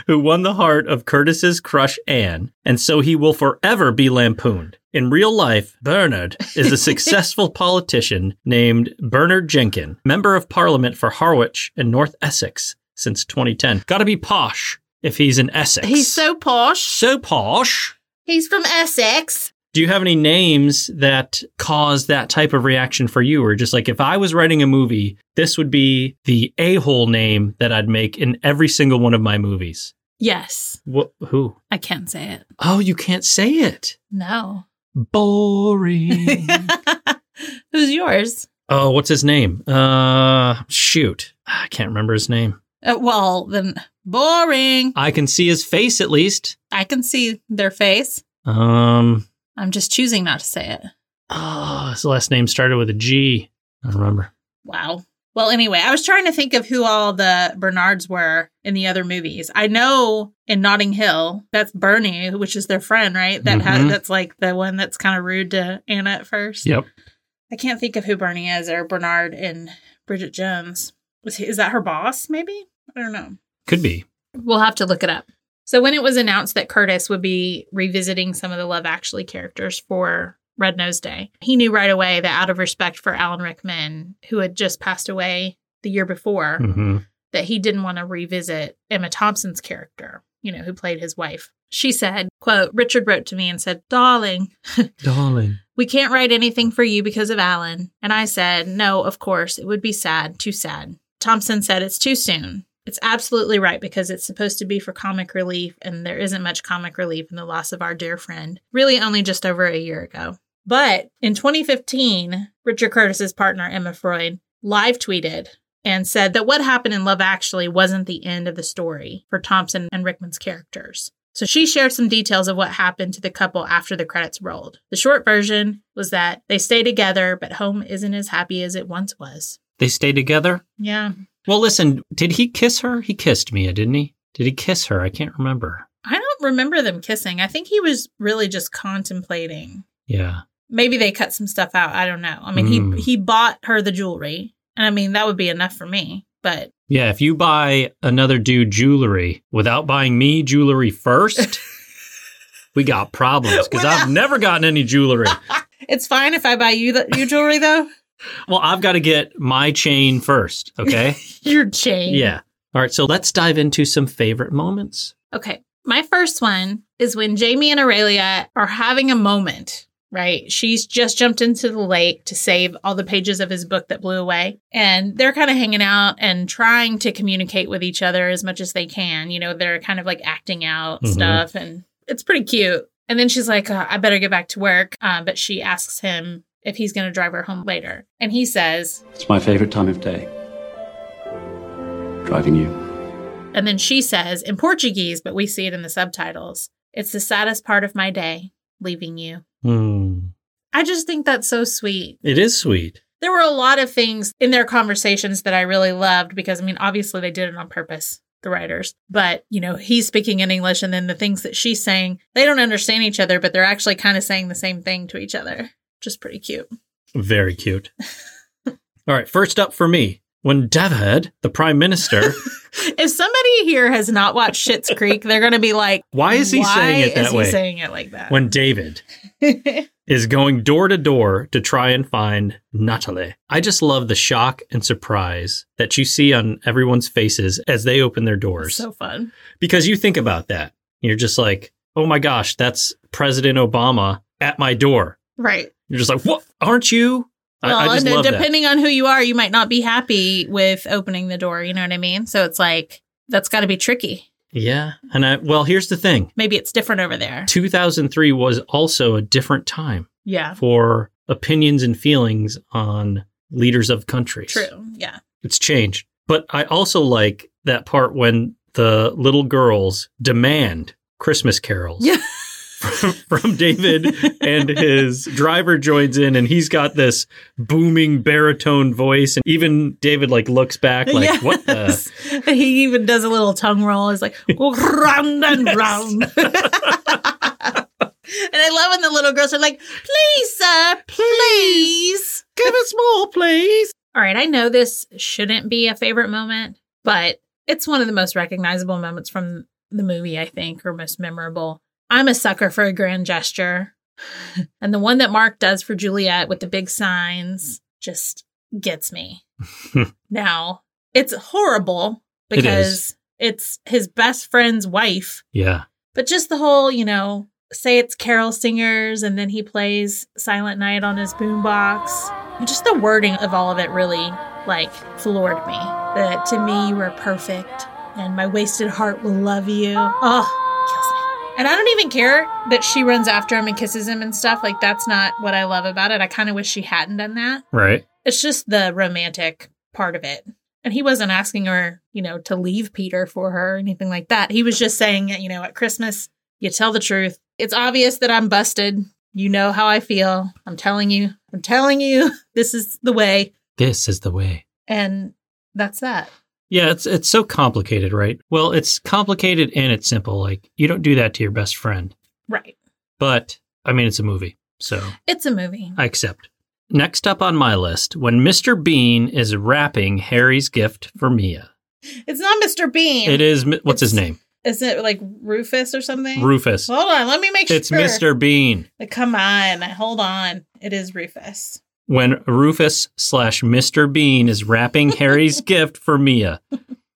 [SPEAKER 2] who won the heart of Curtis's crush Anne, and so he will forever be lampooned. In real life, Bernard
[SPEAKER 1] <laughs>
[SPEAKER 2] is a successful politician named Bernard Jenkin, member of parliament for Harwich and North Essex since 2010. Gotta be posh if he's in Essex.
[SPEAKER 1] He's so posh.
[SPEAKER 2] so posh.
[SPEAKER 1] He's from Essex.
[SPEAKER 2] Do you have any names that cause that type of reaction for you? Or just like if I was writing a movie, this would be the a hole name that I'd make in every single one of my movies.
[SPEAKER 1] Yes.
[SPEAKER 2] Wh- who?
[SPEAKER 1] I can't say it.
[SPEAKER 2] Oh, you can't say it.
[SPEAKER 1] No.
[SPEAKER 2] <laughs> Boring.
[SPEAKER 1] <laughs> Who's yours?
[SPEAKER 2] oh, what's his name? Uh, shoot. I can't remember his name.
[SPEAKER 1] Uh, well, then boring.
[SPEAKER 2] I can see his face at least.
[SPEAKER 1] I can see their face.
[SPEAKER 2] Um,
[SPEAKER 1] I'm just choosing not to say it.
[SPEAKER 2] oh, his last name started with a G. I don't remember.
[SPEAKER 1] Wow. Well, anyway, I was trying to think of who all the Bernards were in the other movies. I know in Notting Hill, that's Bernie, which is their friend, right? That ha-
[SPEAKER 2] Mhm.
[SPEAKER 1] that's like the one that's kind of rude to Anna at first.
[SPEAKER 2] Yep.
[SPEAKER 1] I can't think of who Bernie is or Bernard and Bridget Jones. Was he, is that her boss? Maybe I don't know.
[SPEAKER 2] Could be.
[SPEAKER 1] We'll have to look it up. So when it was announced that Curtis would be revisiting some of the Love Actually characters for Red Nose Day, he knew right away that out of respect for Alan Rickman, who had just passed away the year before,
[SPEAKER 2] hmm
[SPEAKER 1] that he didn't want to revisit Emma Thompson's character, you know, who played his wife. She said, quote, Richard wrote to me and said, Darling,
[SPEAKER 2] Darling.
[SPEAKER 1] we can't write anything for you because of Alan. And I said, No, of course, it would be sad, too sad. Thompson said, It's too soon. It's absolutely right because it's supposed to be for comic relief, and there isn't much comic relief in the loss of our dear friend, really only just over a year ago. But in 2015, Richard Curtis's partner, Emma Freud, live tweeted and said that what happened in Love Actually wasn't the end of the story for Thompson and Rickman's characters. So she shared some details of what happened to the couple after the credits rolled. The short version was that they stay together, but home isn't as happy as it once was.
[SPEAKER 2] They stay together?
[SPEAKER 1] Yeah.
[SPEAKER 2] Well, listen, did he kiss her? He kissed Mia, didn't he? Did he kiss her? I can't remember.
[SPEAKER 1] I don't remember them kissing. I think he was really just contemplating.
[SPEAKER 2] Yeah.
[SPEAKER 1] Maybe they cut some stuff out. I don't know. I mean,
[SPEAKER 2] Mm.
[SPEAKER 1] he he bought her the jewelry, and I mean that would be enough for me. But
[SPEAKER 2] Yeah, if you buy another dude jewelry without buying me jewelry first, we got problems because I've
[SPEAKER 1] Without-
[SPEAKER 2] never gotten any jewelry.
[SPEAKER 1] it's fine if I buy you the, you jewelry though.
[SPEAKER 2] well, I've got to get my chain first, okay?
[SPEAKER 1] Your <laughs> chain.
[SPEAKER 2] yeah. All right, so let's dive into some favorite moments.
[SPEAKER 1] Okay. My first one is when Jamie and Aurelia are having a moment, right? She's just jumped into the lake to save all the pages of his book that blew away. And they're kind of hanging out and trying to communicate with each other as much as they can. You know, they're kind of like acting out
[SPEAKER 2] Mhm.
[SPEAKER 1] stuff, and it's pretty cute. And then she's like, uh, I better get back to work. Uh, but she asks him if he's going to drive her home later. And he says,
[SPEAKER 6] It's my favorite time of day. Driving you.
[SPEAKER 1] And then she says in Portuguese, but we see it in the subtitles, it's the saddest part of my day, leaving you.
[SPEAKER 2] Hmm.
[SPEAKER 1] I just think that's so sweet.
[SPEAKER 2] It is sweet.
[SPEAKER 1] There were a lot of things in their conversations that I really loved because, I mean, obviously they did it on purpose, the writers. But, you know, he's speaking in English and then the things that she's saying, they don't understand each other, but they're actually kind of saying the same thing to each other, which is pretty cute.
[SPEAKER 2] Very cute.
[SPEAKER 1] <laughs>
[SPEAKER 2] All right, first up for me, when Devhead, the prime minister,
[SPEAKER 1] If somebody here has not watched Shit's Creek, they're going to be like,
[SPEAKER 2] Why is he saying it
[SPEAKER 1] Why
[SPEAKER 2] that
[SPEAKER 1] is he
[SPEAKER 2] way?"
[SPEAKER 1] saying it like that? <laughs>
[SPEAKER 2] when David is going door to door to try and find Natalie. I just love the shock and surprise that you see on everyone's faces as they open their doors.
[SPEAKER 1] so fun.
[SPEAKER 2] because you think about that. You're just like, "Oh my gosh, that's President Obama at my door."
[SPEAKER 1] Right.
[SPEAKER 2] You're just like, "What? Aren't you?" I-
[SPEAKER 1] Well,
[SPEAKER 2] I, just
[SPEAKER 1] and then
[SPEAKER 2] love that.
[SPEAKER 1] depending on who you are, you might not be happy with opening the door. You know what I mean? So it's like, that's got to be tricky.
[SPEAKER 2] Yeah. And I, well, here's the thing.
[SPEAKER 1] Maybe it's different over there.
[SPEAKER 2] 2003 was also a different time
[SPEAKER 1] Yeah.
[SPEAKER 2] for opinions and feelings on leaders of countries.
[SPEAKER 1] True. Yeah.
[SPEAKER 2] It's changed. But I also like that part when the little girls demand Christmas carols.
[SPEAKER 1] Yeah.
[SPEAKER 2] From, <laughs> from David and his driver joins in and he's got this booming baritone voice and even David like looks back like what the
[SPEAKER 1] Yes. <laughs> He even does a little tongue roll. He's like, <laughs> round and round. <laughs> and I love when the little girls are like, please, sir, please.
[SPEAKER 2] <laughs> give us more please
[SPEAKER 1] All right. I know this shouldn't be a favorite moment, but it's one of the most recognizable moments from the movie, I think, or most memorable. I'm a sucker for a grand gesture. <laughs> and the one that Mark does for Juliet with the big signs just gets
[SPEAKER 2] <laughs>
[SPEAKER 1] me. now, it's horrible
[SPEAKER 2] It is.
[SPEAKER 1] because it's his best friend's wife
[SPEAKER 2] yeah
[SPEAKER 1] but just the whole, you know, say it's carol singers and then he plays Silent Night on his boombox. And Just the wording of all of it really like floored me. That to me you were perfect and my wasted heart will love you. Oh, kills me. And I don't even care that she runs after him and kisses him and stuff. Like that's not what I love about it. I kind of wish she hadn't done that.
[SPEAKER 2] right
[SPEAKER 1] It's just the romantic part of it. And he wasn't asking her, you know, to leave Peter for her or anything like that. He was just saying, you know, at Christmas, you tell the truth. It's obvious that I'm busted. You know how I feel. I'm telling you, I'm telling you, <laughs> this is the way.
[SPEAKER 2] this is the way
[SPEAKER 1] And that's that.
[SPEAKER 2] Yeah, it's it's so complicated, right? Well, it's complicated and it's simple. Like you don't do that to your best friend.
[SPEAKER 1] Right.
[SPEAKER 2] But I mean, it's a movie, so
[SPEAKER 1] It's a movie.
[SPEAKER 2] I accept. Next up on my list, when Mr. Bean is wrapping Harry's gift for Mia.
[SPEAKER 1] It's not Mr. Bean.
[SPEAKER 2] It is Mi- what's his
[SPEAKER 1] It's-
[SPEAKER 2] name?
[SPEAKER 1] Is it like Rufus or something?
[SPEAKER 2] Rufus.
[SPEAKER 1] Hold on. Let me make
[SPEAKER 2] It's
[SPEAKER 1] sure.
[SPEAKER 2] Mr. Bean.
[SPEAKER 1] Come on. Hold on. It is Rufus. <laughs>
[SPEAKER 2] When Rufus slash Mr. Bean is wrapping Harry's gift for Mia.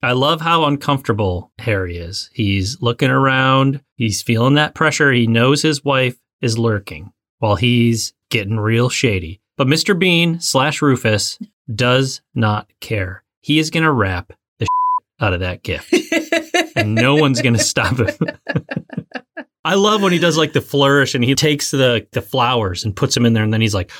[SPEAKER 2] I love how uncomfortable Harry is. He's looking around, he's feeling that pressure. He knows his wife is lurking while he's getting real shady. But Mr. Bean slash Rufus does not care. He is going to wrap the <laughs> out of that gift, and no
[SPEAKER 1] <laughs>
[SPEAKER 2] one's going to stop him. I love when he does like the flourish and he takes the, the flowers and puts them in there, and then he's like,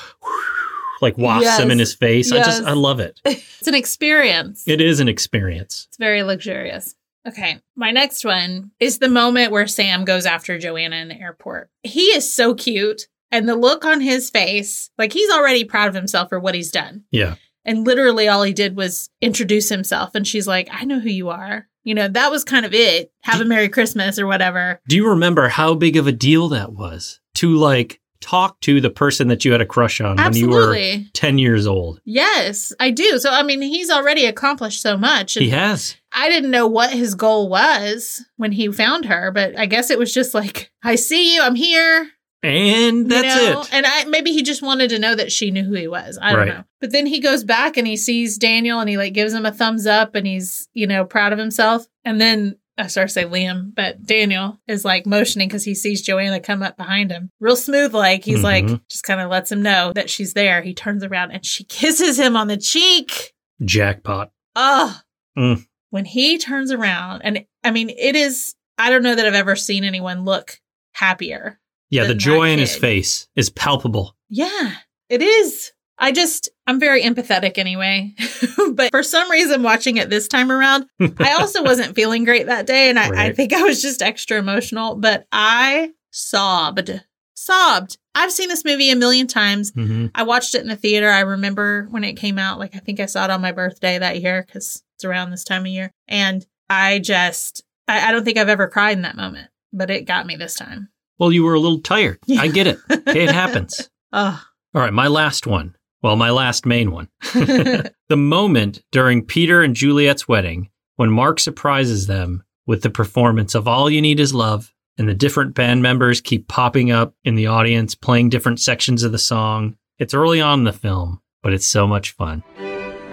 [SPEAKER 2] like wafts them in
[SPEAKER 1] Yes.
[SPEAKER 2] his face. I just,
[SPEAKER 1] Yes.
[SPEAKER 2] I love it.
[SPEAKER 1] it's an experience.
[SPEAKER 2] It is an experience.
[SPEAKER 1] It's very luxurious. Okay. My next one is the moment where Sam goes after Joanna in the airport. He is so cute. And the look on his face, like he's already proud of himself for what he's done.
[SPEAKER 2] Yeah.
[SPEAKER 1] And literally all he did was introduce himself. And she's like, I know who you are. You know, that was kind of it. Have a Merry Christmas or whatever.
[SPEAKER 2] Do you remember how big of a deal that was to like talk to the person that you had a crush on when you were
[SPEAKER 1] Absolutely.
[SPEAKER 2] 10 years old?
[SPEAKER 1] Yes, I do. So, I mean, he's already accomplished so much. And
[SPEAKER 2] He has.
[SPEAKER 1] I didn't know what his goal was when he found her, but I guess it was just like, I see you, I'm here.
[SPEAKER 2] And
[SPEAKER 1] you
[SPEAKER 2] that's
[SPEAKER 1] know?
[SPEAKER 2] it.
[SPEAKER 1] And I maybe he just wanted to know that she knew who he was. I don't
[SPEAKER 2] Right.
[SPEAKER 1] know. But then he goes back and he sees Daniel and he like gives him a thumbs up and he's, you know, proud of himself. And then I started to say Liam, but Daniel is like motioning because he sees Joanna come up behind him. Real smooth, like he's
[SPEAKER 2] Mhm.
[SPEAKER 1] like, just kind of lets him know that she's there. He turns around and she kisses him on the cheek.
[SPEAKER 2] Jackpot.
[SPEAKER 1] Oh,
[SPEAKER 2] Mm.
[SPEAKER 1] when he turns around, and I mean, it is, I don't know that I've ever seen anyone look happier
[SPEAKER 2] Yeah, the
[SPEAKER 1] Than that
[SPEAKER 2] joy in his
[SPEAKER 1] kid.
[SPEAKER 2] face is palpable.
[SPEAKER 1] Yeah, it is. I just, I'm very empathetic anyway. <laughs> but for some reason, watching it this time around, I also wasn't feeling great that day. And I, I
[SPEAKER 2] Right.
[SPEAKER 1] think I was just extra emotional, but I sobbed sobbed. I've seen this movie a million times.
[SPEAKER 2] Mhm.
[SPEAKER 1] I watched it in the theater. I remember when it came out. Like, I think I saw it on my birthday that year because it's around this time of year. And I just, I, I don't think I've ever cried in that moment, but it got me this time.
[SPEAKER 2] Well, you were a little tired. I
[SPEAKER 1] <laughs>
[SPEAKER 2] get it. Okay, it happens.
[SPEAKER 1] Oh,
[SPEAKER 2] All right, my last one. Well, my last main one. <laughs> the moment during Peter and Juliet's wedding when Mark surprises them with the performance of All You Need Is Love, and the different band members keep popping up in the audience playing different sections of the song. It's early on in the film, but it's so much fun.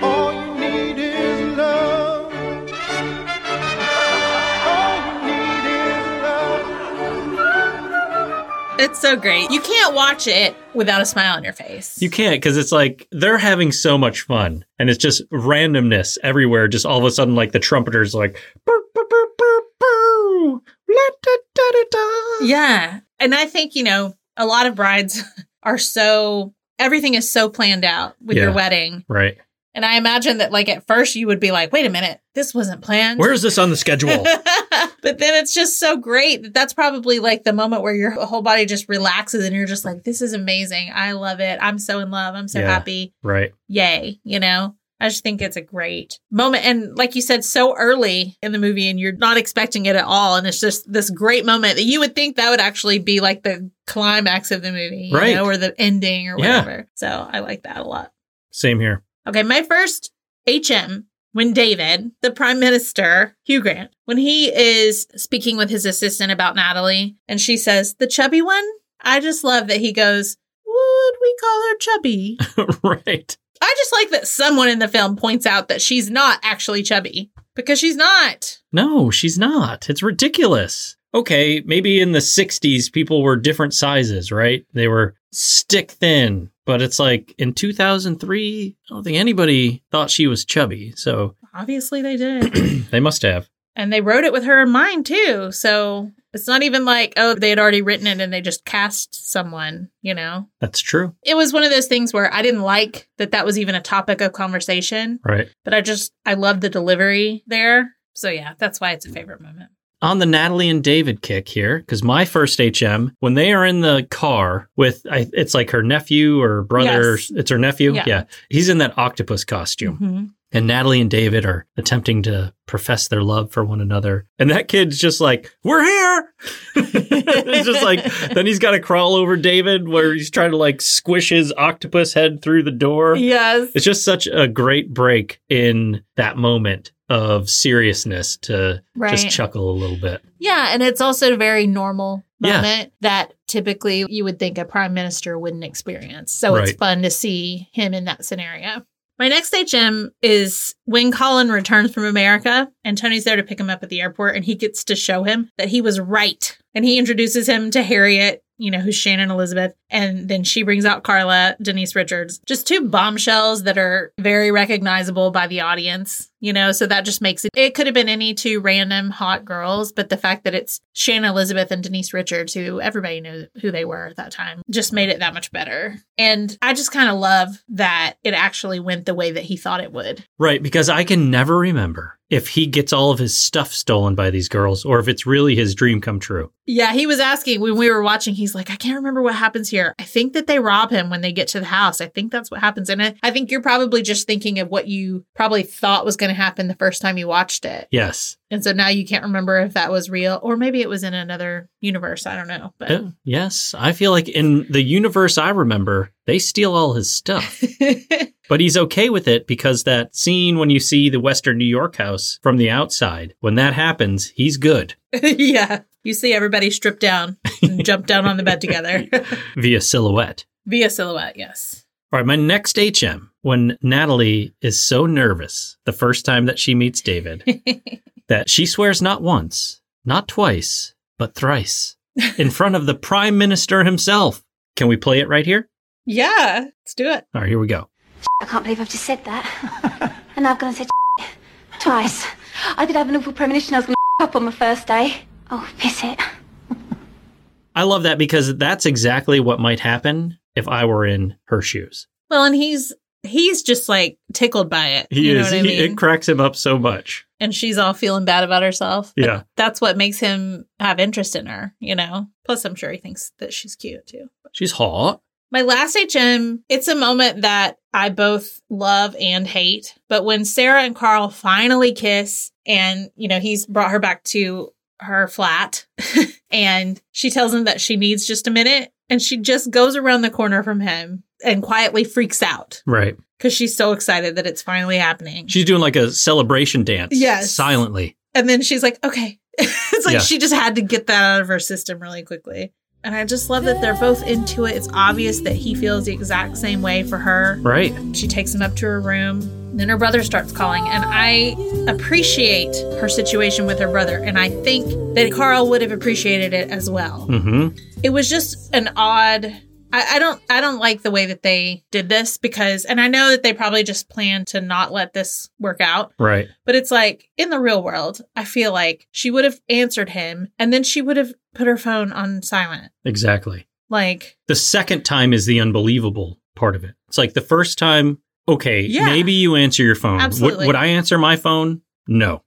[SPEAKER 3] All you need is love. All you need is love.
[SPEAKER 1] it's so great. You can't watch it without a smile on your face.
[SPEAKER 2] You can't because it's like they're having so much fun, and it's just randomness everywhere. Just all of a sudden, like the trumpeters, like. "Boo, boo, boo, boo, boo, la-da-da-da-da."
[SPEAKER 1] Yeah. And I think, you know, a lot of brides <laughs> are so, everything is so planned out with your
[SPEAKER 2] Yeah.
[SPEAKER 1] wedding.
[SPEAKER 2] Right.
[SPEAKER 1] And I imagine that, like, at first you would be like, wait a minute, this wasn't planned.
[SPEAKER 2] Where is this on the schedule?
[SPEAKER 1] <laughs> but then it's just so great that that's probably like the moment where your whole body just relaxes and you're just like, this is amazing. I love it. I'm so in love. I'm so
[SPEAKER 2] Yeah.
[SPEAKER 1] happy.
[SPEAKER 2] right.
[SPEAKER 1] Yay. You know, I just think it's a great moment. And like you said, so early in the movie and you're not expecting it at all. And it's just this great moment that you would think that would actually be like the climax of the movie, you
[SPEAKER 2] Right.
[SPEAKER 1] know, or the ending or
[SPEAKER 2] Yeah.
[SPEAKER 1] whatever. So I like that a lot.
[SPEAKER 2] Same here.
[SPEAKER 1] Okay, my first HM when David, the prime minister, Hugh Grant, when he is speaking with his assistant about Natalie, and she says, the chubby one, I just love that he goes, would we call her chubby?
[SPEAKER 2] <laughs> right.
[SPEAKER 1] I just like that someone in the film points out that she's not actually chubby because she's not.
[SPEAKER 2] No, she's not. It's ridiculous. Okay, maybe in the 60s people were different sizes, right? They were stick thin, but it's like in 2003, I don't think anybody thought she was chubby. So
[SPEAKER 1] Obviously, they did.
[SPEAKER 2] they must have.
[SPEAKER 1] and they wrote it with her in mind, too. So it's not even like, oh, they had already written it and they just cast someone, you know?
[SPEAKER 2] That's true.
[SPEAKER 1] it was one of those things where I didn't like that that was even a topic of conversation,
[SPEAKER 2] Right.
[SPEAKER 1] but I just I love the delivery there. So yeah, that's why it's a favorite moment.
[SPEAKER 2] on the Natalie and David kick here because my first HM when they are in the car with I, it's like her nephew or brother
[SPEAKER 1] Yes.
[SPEAKER 2] it's her nephew
[SPEAKER 1] Yeah.
[SPEAKER 2] he's in that octopus costume and Natalie and David are attempting to profess their love for one another and that kid's just like we're here <laughs> it's just like then he's got to crawl over David where he's trying to like squish his octopus head through the door
[SPEAKER 1] Yes.
[SPEAKER 2] it's just such a great break in that moment of seriousness to
[SPEAKER 1] Right.
[SPEAKER 2] just chuckle a little bit
[SPEAKER 1] Yeah, and it's also a very normal
[SPEAKER 2] Yeah.
[SPEAKER 1] moment that typically you would think a prime minister wouldn't experience. So it's
[SPEAKER 2] Right.
[SPEAKER 1] fun to see him in that scenario. My next HM is when Colin returns from America and Tony's there to pick him up at the airport and he gets to show him that he was right. And he introduces him to Harriet, you know, who's Shannon Elizabeth. And then she brings out Carla, Denise Richards, just two bombshells that are very recognizable by the audience, you know, so that just makes it, it could have been any two random hot girls, but the fact that it's Shannon Elizabeth and Denise Richards, who everybody knew who they were at that time, just made it that much better. And I just kind of love that it actually went the way that he thought it would.
[SPEAKER 2] Right, because I can never remember if he gets all of his stuff stolen by these girls or if it's really his dream come true.
[SPEAKER 1] Yeah, he was asking when we were watching. He's like, I can't remember what happens here. I think that they rob him when they get to the house. I think that's what happens. And I, I think you're probably just thinking of what you probably thought was going to happen the first time you watched it.
[SPEAKER 2] Yes.
[SPEAKER 1] And so now you can't remember if that was real or maybe it was in another universe. I don't know. But
[SPEAKER 2] Uh, Yes. I feel like in the universe I remember, they steal all his stuff. but he's okay with it because that scene when you see the Western New York house from the outside, when that happens, he's good
[SPEAKER 1] <laughs> yeah, you see everybody stripped down and jump down on the bed
[SPEAKER 2] <laughs>
[SPEAKER 1] together
[SPEAKER 2] via silhouette.
[SPEAKER 1] via silhouette. Yes.
[SPEAKER 2] All right, my next HM when Natalie is so nervous the first time that she meets David that she swears not once, not twice, but thrice in front of the prime minister himself. Can we play it right here?
[SPEAKER 1] Yeah, let's do it.
[SPEAKER 2] All right, here we go.
[SPEAKER 6] I can't believe I've just said that. and now I've gone and said <laughs> twice. I did have an awful premonition I was going to <laughs> up on my first day. Oh, piss it.
[SPEAKER 2] I love that because that's exactly what might happen if I were in her shoes.
[SPEAKER 1] Well, and he's he's just like tickled by it.
[SPEAKER 2] He
[SPEAKER 1] you
[SPEAKER 2] is,
[SPEAKER 1] know what I
[SPEAKER 2] he,
[SPEAKER 1] mean?
[SPEAKER 2] it cracks him up so much.
[SPEAKER 1] and she's all feeling bad about herself. But
[SPEAKER 2] Yeah.
[SPEAKER 1] that's what makes him have interest in her, you know? Plus, I'm sure he thinks that she's cute too.
[SPEAKER 2] She's hot.
[SPEAKER 1] My last HM, it's a moment that I both love and hate. But when Sarah and Carl finally kiss, and, you know, he's brought her back to her flat, <laughs> and she tells him that she needs just a minute, and she just goes around the corner from him and quietly freaks out
[SPEAKER 2] Right.
[SPEAKER 1] because she's so excited that it's finally happening.
[SPEAKER 2] She's doing like a celebration dance.
[SPEAKER 1] Yes.
[SPEAKER 2] Silently.
[SPEAKER 1] And then she's like, okay. <laughs> it's like
[SPEAKER 2] Yeah.
[SPEAKER 1] she just had to get that out of her system really quickly. And I just love that they're both into it. It's obvious that he feels the exact same way for her.
[SPEAKER 2] Right.
[SPEAKER 1] She takes him up to her room. Then her brother starts calling, and I appreciate her situation with her brother. And I think that Carl would have appreciated it as well.
[SPEAKER 2] hmm
[SPEAKER 1] It was just an odd. I, I don't. I don't like the way that they did this because, and I know that they probably just planned to not let this work out.
[SPEAKER 2] Right.
[SPEAKER 1] But it's like in the real world, I feel like she would have answered him and then she would have put her phone on silent.
[SPEAKER 2] Exactly.
[SPEAKER 1] Like,
[SPEAKER 2] The second time is the unbelievable part of it. It's like the first time, okay,
[SPEAKER 1] Yeah.
[SPEAKER 2] maybe you answer your phone. Would-
[SPEAKER 1] Absolutely.
[SPEAKER 2] would I answer my phone?
[SPEAKER 1] <laughs>
[SPEAKER 2] No.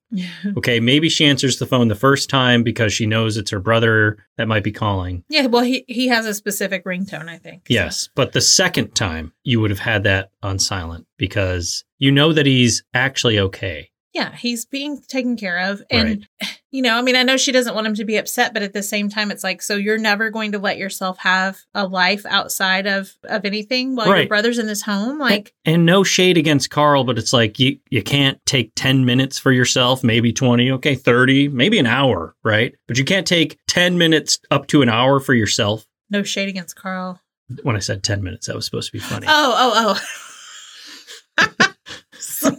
[SPEAKER 2] Okay, maybe she answers the phone the first time because she knows it's her brother that might be calling.
[SPEAKER 1] yeah, well, he, he has a specific ringtone, I think.
[SPEAKER 2] Yes, but the second time you would have had that on silent because you know that he's actually okay.
[SPEAKER 1] Yeah, he's being taken care of. And, <sighs> you know, I mean, I know she doesn't want him to be upset, but at the same time, it's like, so you're never going to let yourself have a life outside of, of anything while your
[SPEAKER 2] Right.
[SPEAKER 1] brother's in this home? Like,
[SPEAKER 2] And no shade against Carl, but it's like you you can't take 10 minutes for yourself, maybe 20, okay, 30, maybe an hour, right? But you can't take 10 minutes up to an hour for yourself.
[SPEAKER 1] no shade against Carl.
[SPEAKER 2] When I said 10 minutes, that was supposed to be funny.
[SPEAKER 1] Oh, oh, oh.
[SPEAKER 2] <laughs>
[SPEAKER 1] Sorry.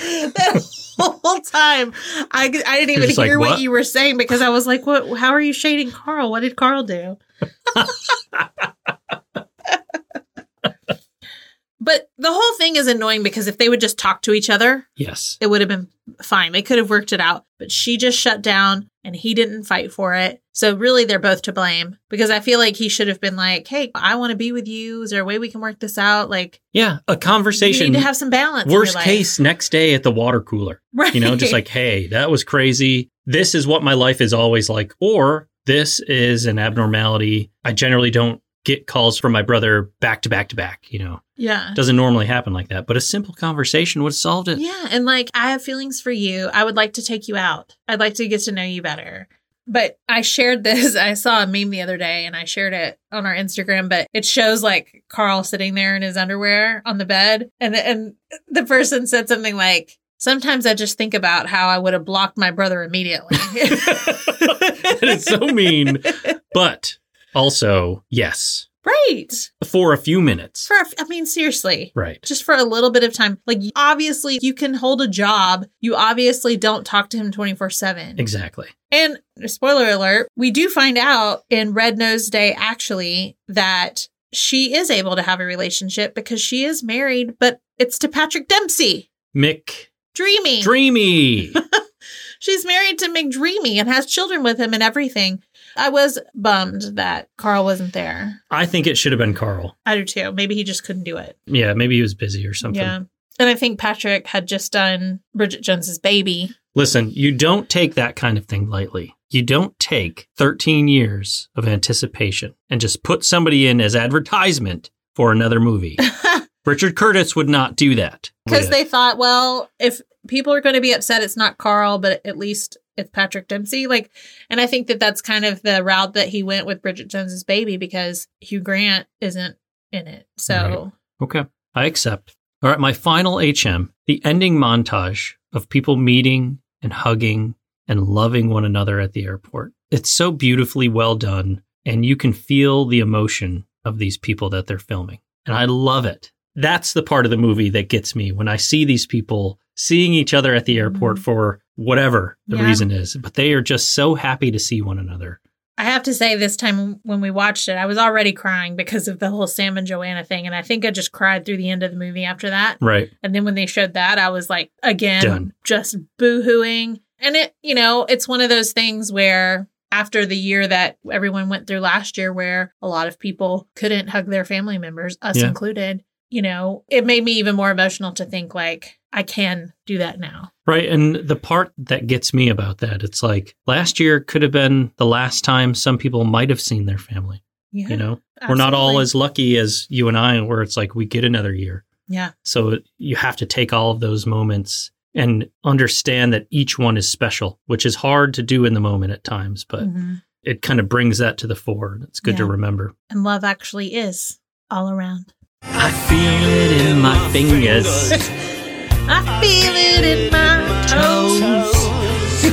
[SPEAKER 1] the whole time, I, I didn't even
[SPEAKER 2] just like,
[SPEAKER 1] hear what?
[SPEAKER 2] "What?"
[SPEAKER 1] you were saying because I was like, "What? How are you shading Carl? What did Carl
[SPEAKER 2] <laughs>
[SPEAKER 1] do?" but the whole thing is annoying because if they would just talk to each other,
[SPEAKER 2] yes.
[SPEAKER 1] it would have been fine. They could have worked it out, but she just shut down and he didn't fight for it. So really they're both to blame because I feel like he should have been like, "Hey, I want to be with you. Is there a way we can work this out?" Like
[SPEAKER 2] Yeah, a
[SPEAKER 1] you
[SPEAKER 2] conversation.
[SPEAKER 1] need to have some balance. in your
[SPEAKER 2] Worst
[SPEAKER 1] life.
[SPEAKER 2] case, next day at the water cooler.
[SPEAKER 1] right?
[SPEAKER 2] You know, just like, hey, that was crazy. This is what my life is always like. Or this is an abnormality. I generally don't get calls from my brother back to back to back. You know,
[SPEAKER 1] <laughs> yeah.
[SPEAKER 2] doesn't normally happen like that, but a simple conversation would have solved <laughs> it.
[SPEAKER 1] Yeah, and like I have feelings for you. I would like to take you out. I'd like to get to know you better. But I shared this. <laughs> I saw a meme the other day and I shared it on our Instagram, but it shows like Carl sitting there in his underwear on the bed and and the person said something like Sometimes I just think about how I would have blocked my brother immediately. <laughs>
[SPEAKER 2] That is so mean. But also, yes,
[SPEAKER 1] right.
[SPEAKER 2] for a few minutes.
[SPEAKER 1] For a f- I mean seriously.
[SPEAKER 2] Right.
[SPEAKER 1] just for a little bit of time. Like, obviously, you can hold a job. You obviously don't talk to him 24 7.
[SPEAKER 2] Exactly.
[SPEAKER 1] And spoiler alert, we do find out in Red Nose Day, actually, that she is able to have a relationship because she is married, but it's to Patrick Dempsey.
[SPEAKER 2] Mick
[SPEAKER 1] Dreamy. <laughs>
[SPEAKER 2] Dreamy.
[SPEAKER 1] She's married to McDreamy and has children with him and everything. I was bummed that Carl wasn't there.
[SPEAKER 2] I think it should have been Carl.
[SPEAKER 1] I do too. Maybe he just couldn't do it.
[SPEAKER 2] Yeah, maybe he was busy or something.
[SPEAKER 1] Yeah. And I think Patrick had just done Bridget Jones's baby.
[SPEAKER 2] Listen, you don't take that kind of thing lightly. You don't take 13 years of anticipation and just put somebody in as advertisement for
[SPEAKER 1] <laughs>
[SPEAKER 2] another movie. Richard Curtis would not do that.
[SPEAKER 1] because
[SPEAKER 2] Yeah.
[SPEAKER 1] they thought, well, if people are going to be upset, it's not Carl, but at least it's Patrick Dempsey. Like, and I think that that's kind of the route that he went with Bridget Jones's Baby because Hugh Grant isn't in it. So
[SPEAKER 2] Okay, I accept. All right, my final HM, the ending montage of people meeting and hugging and loving one another at the airport. It's so beautifully well done, and you can feel the emotion of these people that they're filming. And I love it. That's the part of the movie that gets me when I see these people seeing each other at the airport for whatever the
[SPEAKER 1] Yeah.
[SPEAKER 2] reason is, but they are just so happy to see one another.
[SPEAKER 1] I have to say, this time when we watched it, I was already crying because of the whole Sam and Joanna thing. And I think I just cried through the end of the movie after that.
[SPEAKER 2] Right.
[SPEAKER 1] And then when they showed that, I was like, again,
[SPEAKER 2] Done.
[SPEAKER 1] just boo hooing. And it, you know, it's one of those things where after the year that everyone went through last year, where a lot of people couldn't hug their family members, us
[SPEAKER 2] Yeah.
[SPEAKER 1] included, you know, it made me even more emotional to think like, I can do that now.
[SPEAKER 2] Right. And the part that gets me about that, it's like last year could have been the last time some people might have seen their family.
[SPEAKER 1] Yeah,
[SPEAKER 2] You know, we're not all
[SPEAKER 1] absolutely.
[SPEAKER 2] as lucky as you and I, where it's like we get another year.
[SPEAKER 1] Yeah.
[SPEAKER 2] So you have to take all of those moments and understand that each one is special, which is hard to do in the moment at times, but
[SPEAKER 1] Mhm.
[SPEAKER 2] it kind of brings that to the fore. and It's good to
[SPEAKER 1] Yeah.
[SPEAKER 2] remember.
[SPEAKER 1] And love actually is all around.
[SPEAKER 2] I feel it in my fingers.
[SPEAKER 1] I feel it in my toes.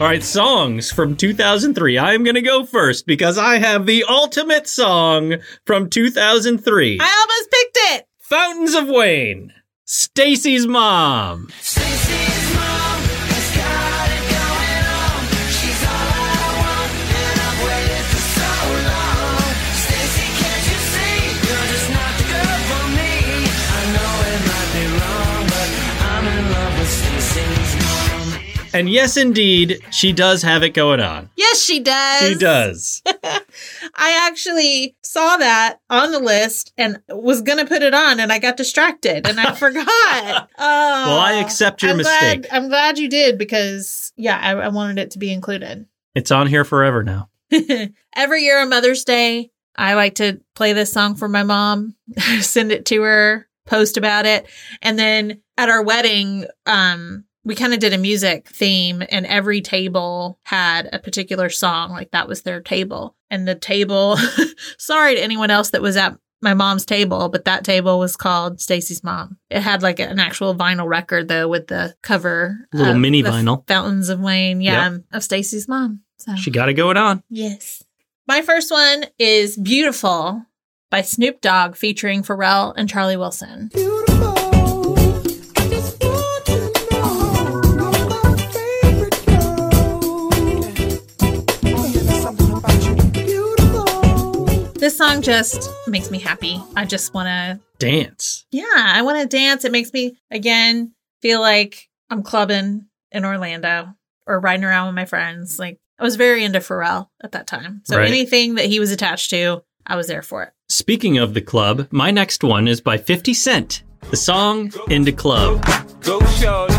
[SPEAKER 2] All right, songs from 2003. I'm going to go first because I have the ultimate song from 2003.
[SPEAKER 1] I almost picked it.
[SPEAKER 2] Fountains of Wayne. Stacy's mom. And yes, indeed, she does have it going on.
[SPEAKER 1] Yes, she does. <laughs>
[SPEAKER 2] She does.
[SPEAKER 1] I actually saw that on the list and was going to put it on, and I got distracted and I
[SPEAKER 2] <laughs>
[SPEAKER 1] forgot. Oh, well,
[SPEAKER 2] I accept your mistake.
[SPEAKER 1] I'm glad you did because, yeah, I, I wanted it to be included.
[SPEAKER 2] It's on here forever now.
[SPEAKER 1] <laughs> Every year on Mother's Day, I like to play this song for my mom, <laughs> send it to her, post about it. And then at our wedding, um, we kind of did a music theme and every table had a particular song. Like that was their table. And the table, <laughs> sorry to anyone else that was at my mom's table, but that table was called Stacy's Mom. It had like an actual vinyl record though with the cover.
[SPEAKER 2] Little
[SPEAKER 1] of
[SPEAKER 2] mini
[SPEAKER 1] the
[SPEAKER 2] vinyl.
[SPEAKER 1] Fountains of Wayne. Yeah. Of Stacy's Mom. So
[SPEAKER 2] She got it going on.
[SPEAKER 1] Yes. My first one is Beautiful by Snoop Dogg featuring Pharrell and Charlie Wilson. This song just makes me happy. I just want to,
[SPEAKER 2] Dance.
[SPEAKER 1] yeah, I want to dance. It makes me, again, feel like I'm clubbing in Orlando or riding around with my friends. Like, I was very into Pharrell at that time. So
[SPEAKER 2] Right.
[SPEAKER 1] anything that he was attached to, I was there for it.
[SPEAKER 2] Speaking of the club, my next one is by 50 Cent. The song Into Club.
[SPEAKER 7] Go shorty,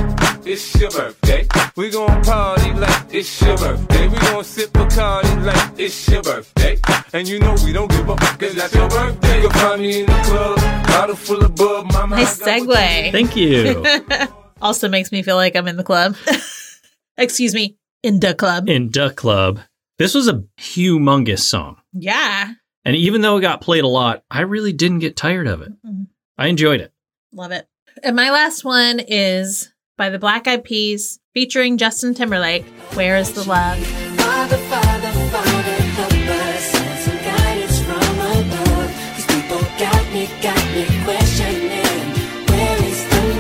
[SPEAKER 7] it's your birthday. We gon' party like it's your birthday. We gon' sip Bacardi like it's your birthday. And you know we don't give a fuck, cause that's your birthday. You'll find me in the club, bottle full of bub, mama.
[SPEAKER 1] Nice
[SPEAKER 7] I got what you
[SPEAKER 1] segue.
[SPEAKER 2] Thank
[SPEAKER 1] <laughs>
[SPEAKER 2] you.
[SPEAKER 1] also makes me feel like I'm in the club. <laughs> Excuse me, in the club.
[SPEAKER 2] in Duck Club. This was a humongous song.
[SPEAKER 1] Yeah,
[SPEAKER 2] And even though it got played a lot, I really didn't get tired of it.
[SPEAKER 1] Mhm.
[SPEAKER 2] I enjoyed it.
[SPEAKER 1] love it. And my last one is by the Black Eyed Peas featuring Justin Timberlake. Where is the love?
[SPEAKER 8] Father, Father, Father, help us. Send some guidance from above. These people got me, got me questioning. Where is the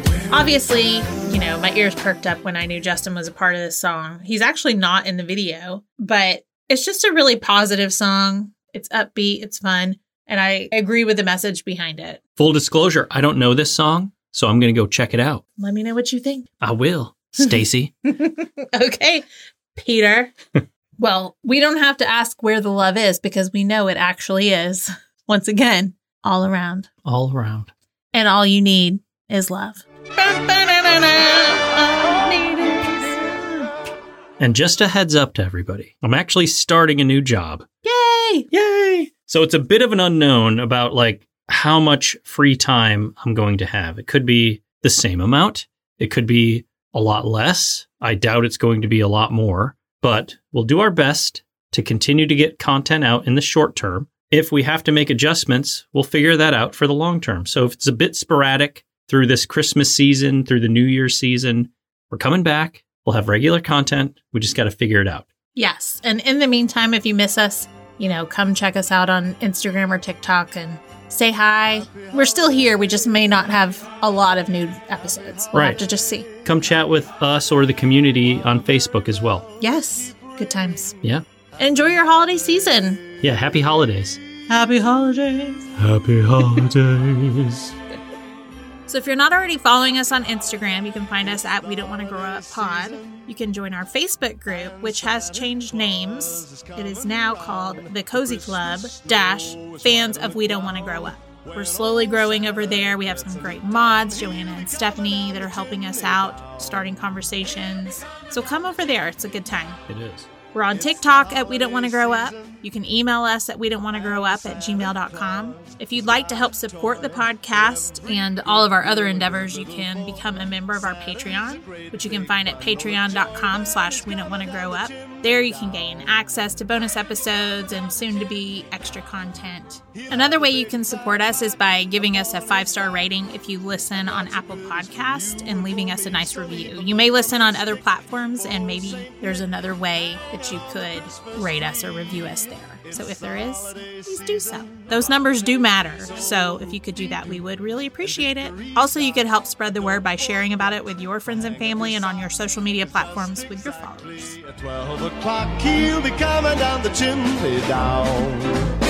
[SPEAKER 8] love?
[SPEAKER 1] Obviously, you know, my ears perked up when I knew Justin was a part of this song. He's actually not in the video, but it's just a really positive song. It's upbeat, it's fun, and I agree with the message behind it.
[SPEAKER 2] Full disclosure, I don't know this song, so I'm going to go check it out.
[SPEAKER 1] Let me know what you think. <laughs>
[SPEAKER 2] I will, Stacy.
[SPEAKER 1] Okay, Peter. well, we don't have to ask where the love is because we know it actually is. <laughs> Once again, all around.
[SPEAKER 2] All around.
[SPEAKER 1] And all you need is love. Yay!
[SPEAKER 2] And just a heads up to everybody I'm actually starting a new job. Yay! So it's a bit of an unknown about like how much free time I'm going to have. It could be the same amount, it could be a lot less. I doubt it's going to be a lot more, but we'll do our best to continue to get content out in the short term. If we have to make adjustments, we'll figure that out for the long term. So if it's a bit sporadic through this Christmas season, through the New Year season, we're coming back. We'll have regular content. We just got to figure it out.
[SPEAKER 1] Yes. And in the meantime, if you miss us, you know, come check us out on Instagram or TikTok and say hi. We're still here. We just may not have a lot of new episodes. We'll
[SPEAKER 2] Right.
[SPEAKER 1] have to just see.
[SPEAKER 2] Come chat with us or the community on Facebook as well.
[SPEAKER 1] Yes. Good times.
[SPEAKER 2] Yeah.
[SPEAKER 1] Enjoy your holiday season.
[SPEAKER 2] Yeah. Happy holidays.
[SPEAKER 1] Happy holidays.
[SPEAKER 2] Happy holidays.
[SPEAKER 1] So if you're not already following us on Instagram, you can find us at We Don't Want to Grow Up Pod. You can join our Facebook group, which has changed names. It is now called the Cozy Club Dash Fans of We Don't Want to Grow Up. We're slowly growing over there. We have some great mods, Joanna and Stephanie, that are helping us out, starting conversations. So come over there. It's a good time.
[SPEAKER 2] It is.
[SPEAKER 1] We're on TikTok at We Don't Want to Grow Up. You can email us at We Don't Want to Grow Up at gmail.com. If you'd like to help support the podcast and all of our other endeavors, you can become a member of our Patreon, which you can find at patreon.com slash We Don't Want to Grow Up. There you can gain access to bonus episodes and soon to be extra content. Another way you can support us is by giving us a five star rating if you listen on Apple Podcast and leaving us a nice review. You may listen on other platforms and maybe there's another way that you could rate us or review us there. So if there is, please do so. Those numbers do matter. So if you could do that, we would really appreciate it. Also, you could help spread the word by sharing about it with your friends and family and on your social media platforms with your followers.
[SPEAKER 3] At 12 o'clock, he'll be coming down the chimney down.